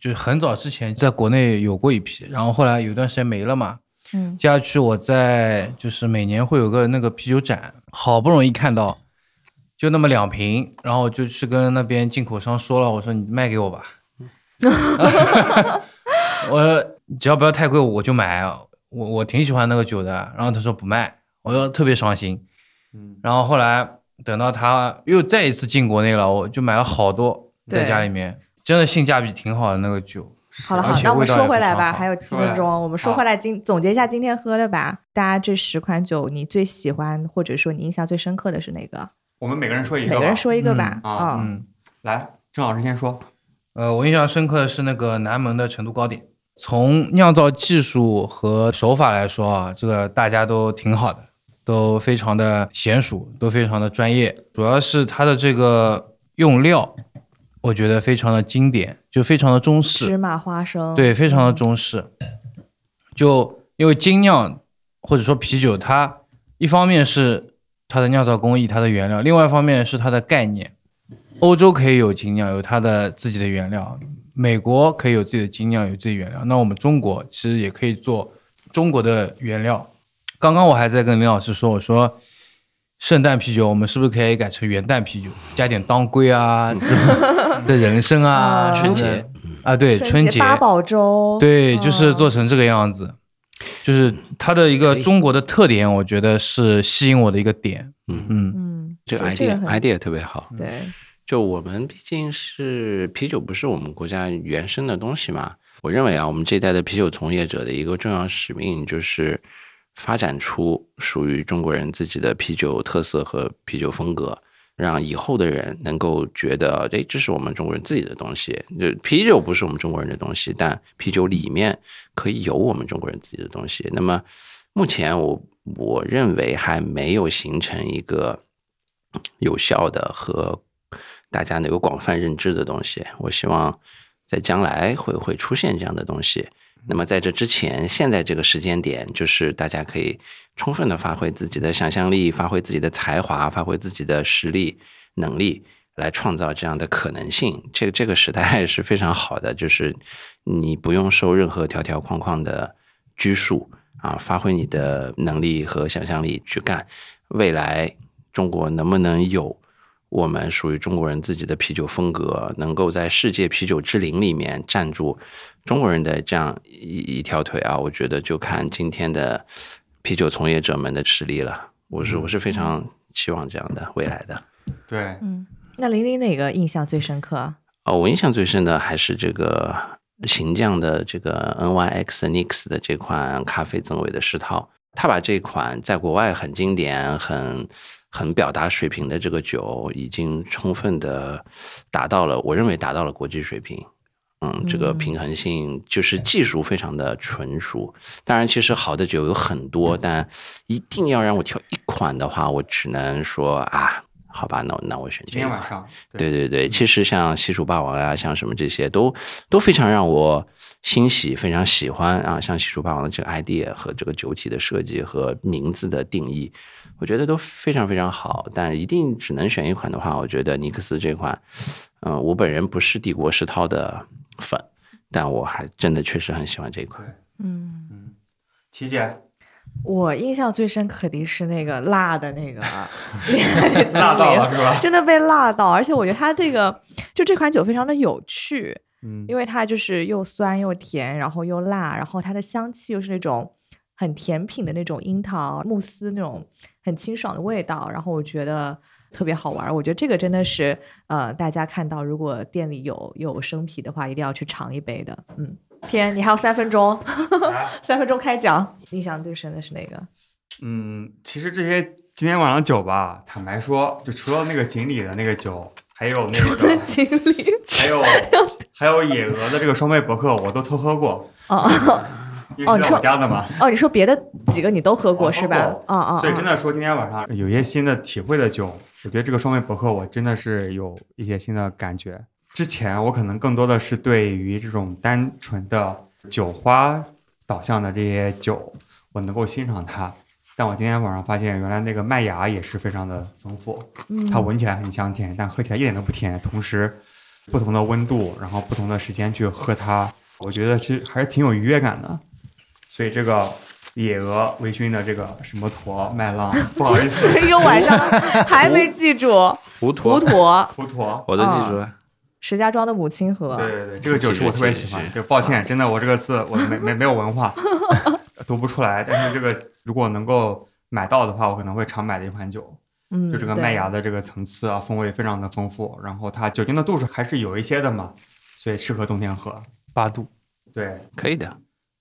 Speaker 5: 就是很早之前在国内有过一批，然后后来有段时间没了嘛。
Speaker 3: 嗯，
Speaker 5: 接下去我在就是每年会有个那个啤酒展，好不容易看到，就那么两瓶，然后我就去跟那边进口商说了，我说你卖给我吧， 我只要不要太贵我就买，啊我我挺喜欢那个酒的。啊然后他说不卖，我就特别伤心。
Speaker 2: 嗯，
Speaker 5: 然后后来等到他又再一次进国内了，我就买了好多
Speaker 3: 对
Speaker 5: 在家里面，真的性价比挺好的那个酒。
Speaker 3: 好了好
Speaker 5: 而
Speaker 3: 了，
Speaker 5: 且
Speaker 3: 那我们
Speaker 5: 味道
Speaker 3: 说
Speaker 5: 也
Speaker 3: 回来
Speaker 5: 非常
Speaker 3: 吧，
Speaker 5: 好
Speaker 3: 还有七分钟，我们说回来今总结一下今天喝的吧。大家这十款酒，你最喜欢或者说你印象最深刻的是哪个？
Speaker 2: 我们每个人说一个
Speaker 3: 每
Speaker 2: 吧，
Speaker 3: 个人说一个吧。
Speaker 2: 嗯啊
Speaker 3: 嗯，
Speaker 5: 嗯，
Speaker 2: 来，郑老师先说，
Speaker 5: 呃，我印象深刻的是那个南门的成都糕点，从酿造技术和手法来说啊，这个大家都挺好的，都非常的娴熟，都非常的专业。主要是它的这个用料，我觉得非常的经典，就非常的中式。
Speaker 3: 芝麻花生。
Speaker 5: 对，非常的中式。就因为精酿或者说啤酒，它一方面是它的酿造工艺、它的原料，另外一方面是它的概念。欧洲可以有精酿，有它的自己的原料；美国可以有自己的精酿，有自己原料。那我们中国其实也可以做中国的原料。刚刚我还在跟林老师说，我说圣诞啤酒我们是不是可以改成元旦啤酒，加点当 归啊这种的人参啊
Speaker 3: 啊，
Speaker 4: 春
Speaker 5: 什么
Speaker 4: 节
Speaker 5: 的啊，对，春节
Speaker 3: 八宝
Speaker 4: 哦
Speaker 3: 粥，
Speaker 5: 对，就是
Speaker 3: 嗯
Speaker 5: 做成这个样子，就是它的一个
Speaker 4: 可以
Speaker 5: 中国的特点，我觉得是吸引我的一个点。
Speaker 4: 嗯
Speaker 5: 嗯
Speaker 3: 嗯，
Speaker 4: 这个
Speaker 3: 对这个
Speaker 4: idea
Speaker 3: 很
Speaker 4: idea 特别好。
Speaker 3: 对，
Speaker 4: 就我们毕竟是啤酒，不是我们国家原生的东西嘛。我认为啊，我们这一代的啤酒从业者的一个重要使命就是发展出属于中国人自己的啤酒特色和啤酒风格，让以后的人能够觉得，哎，这是我们中国人自己的东西。就啤酒不是我们中国人的东西，但啤酒里面可以有我们中国人自己的东西。那么目前我我认为还没有形成一个有效的和大家能够广泛认知的东西。我希望在将来会会出现这样的东西。那么在这之前，现在这个时间点，就是大家可以充分的发挥自己的想象力，发挥自己的才华，发挥自己的实力能力，来创造这样的可能性。这这个时代是非常好的，就是你不用受任何条条框框的拘束啊，发挥你的能力和想象力去干。未来中国能不能有我们属于中国人自己的啤酒风格，能够在世界啤酒之林里面站住中国人的这样一一条腿啊？我觉得就看今天的啤酒从业者们的实力了。我是我是非常期望这样的未来的。
Speaker 2: 对，
Speaker 3: 嗯，那玲玲哪个印象最深刻？
Speaker 4: 哦，我印象最深的还是这个行将的这个 NYX Nix 的这款咖啡增味的试套，他把这款在国外很经典、很很表达水平的这个酒，已经充分的达到了，我认为达到了国际水平。嗯，这个
Speaker 3: 嗯
Speaker 4: 平衡性就是技术非常的纯熟。当然，其实好的酒有很
Speaker 2: 嗯
Speaker 4: 多，但一定要让我挑一款的话，我只能说啊，好吧，那我那我选这
Speaker 2: 今
Speaker 4: 一
Speaker 2: 天
Speaker 4: 款
Speaker 2: 晚。上，
Speaker 4: 对对对，其实像西楚霸王啊，像什么这些都都非常让我欣喜，非常喜欢啊。像西楚霸王的这个 idea 和这个酒体的设计和名字的定义，我觉得都非常非常好。但一定只能选一款的话，我觉得尼克斯这款，嗯、我本人不是帝国世涛的粉，但我还真的确实很喜欢这一款。
Speaker 3: 嗯，
Speaker 2: 琪姐，
Speaker 3: 我印象最深刻的是那个辣的那个
Speaker 2: 辣到了是 吧？
Speaker 3: 真的被辣到，而且我觉得它这个就这款酒非常的有趣，
Speaker 2: 嗯
Speaker 3: 因为它就是又酸又甜，然后又辣，然后它的香气又是那种很甜品的那种樱桃慕斯那种很清爽的味道，然后我觉得特别好玩儿。我觉得这个真的是呃，大家看到如果店里有有生啤的话，一定要去尝一杯的。 嗯，天，你还有三分钟，
Speaker 2: 啊
Speaker 3: 三分钟开讲，印象最深的是哪 个？
Speaker 2: 嗯，其实这些今天晚上酒吧，坦白说，就除了那个锦鲤的那个酒，还有那个
Speaker 3: 经理
Speaker 2: 还 有还有野鹅的这个双倍伯克，我都偷喝过，
Speaker 3: 哦
Speaker 2: 因为
Speaker 3: 哦
Speaker 2: 是
Speaker 3: 你
Speaker 2: 在
Speaker 3: 说
Speaker 2: 我家的嘛。
Speaker 3: 哦，你说别的几个你都喝过
Speaker 2: 我喝
Speaker 3: 是吧？啊
Speaker 2: 过
Speaker 3: 啊，啊
Speaker 2: 所以真的说，今天晚上有一些新的体会的酒，我觉得这个双倍博客我真的是有一些新的感觉。之前我可能更多的是对于这种单纯的酒花导向的这些酒，我能够欣赏它。但我今天晚上发现，原来那个麦芽也是非常的丰富，
Speaker 3: 嗯
Speaker 2: 它闻起来很香甜，但喝起来一点都不甜。同时，不同的温度，然后不同的时间去喝它，我觉得其实还是挺有愉悦感的。所以这个野鹅微醺的这个什么驼麦浪，不好意 思，
Speaker 3: 一个哎晚上还没 记住，
Speaker 4: 糊
Speaker 3: 普陀
Speaker 2: 胡驼。
Speaker 4: 我
Speaker 3: 都记住
Speaker 4: 了。
Speaker 3: 石家庄的母亲河，
Speaker 2: 对对对，这个酒是我特别喜欢。就抱歉，真的我这个字我没没没有文化，读不出来。但是这个如果能够买到的话，我可能会常买的一款酒。
Speaker 3: 嗯，
Speaker 2: 就这个
Speaker 3: 对
Speaker 2: 麦芽的这个层次啊，风味非常的丰富，然后它酒精的度数还是有一些的嘛，所以适合冬天喝。
Speaker 5: 八度，
Speaker 2: 对
Speaker 4: 可以的，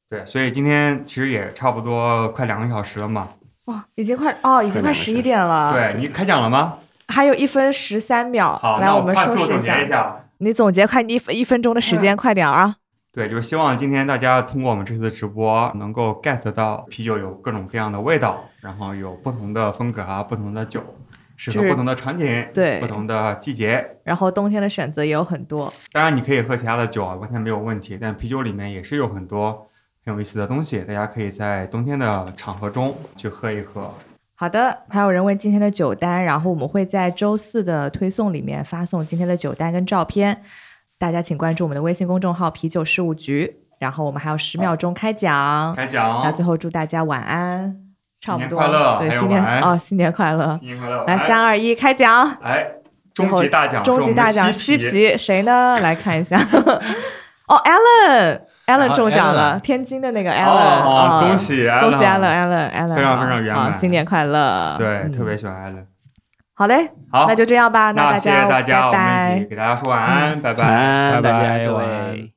Speaker 2: 对，所以今天其实也差不多快两个小时了嘛。
Speaker 3: 哇，已经快哦，已经快十一点了，，
Speaker 2: 对你开讲了吗？
Speaker 3: 还有一分十三秒，
Speaker 2: 好，
Speaker 3: 来
Speaker 2: 那
Speaker 3: 们
Speaker 2: 快
Speaker 3: 收
Speaker 2: 速
Speaker 3: 拾
Speaker 2: 总结嗯一
Speaker 3: 下，
Speaker 2: 下。
Speaker 3: 你总结快一一分钟的时间，快点儿啊，
Speaker 2: 对，就是希望今天大家通过我们这次的直播，能够 get 到啤酒有各种各样的味道，然后有不同的风格啊，不同的酒，适合
Speaker 3: 就是
Speaker 2: 不同的场景，
Speaker 3: 对
Speaker 2: 不同的季节。
Speaker 3: 然后冬天的选择也有很多，
Speaker 2: 当然，你可以喝其他的酒啊，完全没有问题。但啤酒里面也是有很多很有意思的东西，大家可以在冬天的场合中去喝一喝。
Speaker 3: 好的，还有人问今天的酒单，然后我们会在周四的推送里面发送今天的酒单跟照片，大家请关注我们的微信公众号“啤酒事务局”，然后我们还有十秒钟开奖，
Speaker 2: 开奖，哦
Speaker 3: 那最后祝大家晚安，差不多，
Speaker 2: 新年快乐还
Speaker 3: 对，
Speaker 2: 有
Speaker 3: 新年
Speaker 2: 晚安
Speaker 3: 哦，新年快乐，
Speaker 2: 新年快乐！
Speaker 3: 来
Speaker 2: 哎
Speaker 3: 三二一开奖，
Speaker 2: 哎，终极大奖是我
Speaker 3: 终
Speaker 2: 们的西
Speaker 3: 极
Speaker 2: 皮，
Speaker 3: 大奖西皮谁呢？来看 一下，哦，Allen。Allen 中奖了，
Speaker 5: Alan
Speaker 3: 天津的那个 Allen，、
Speaker 2: 哦，
Speaker 3: 啊
Speaker 2: 恭喜
Speaker 3: 恭喜
Speaker 2: Allen
Speaker 3: Allen Allen，
Speaker 2: 非常非常圆满
Speaker 3: 好新年快乐！
Speaker 2: 对，
Speaker 3: 嗯
Speaker 2: 特别喜欢 Allen。
Speaker 3: 好嘞，
Speaker 2: 好，
Speaker 3: 那就这样吧，
Speaker 2: 那
Speaker 3: 大
Speaker 2: 谢
Speaker 3: 家
Speaker 2: 谢大家，
Speaker 3: 拜
Speaker 2: 我们一
Speaker 3: 拜嗯
Speaker 2: 起。给大家说晚安，拜拜。
Speaker 4: 晚安，
Speaker 5: 拜
Speaker 4: 大
Speaker 5: 拜
Speaker 4: 家各
Speaker 5: 晚安
Speaker 4: 位。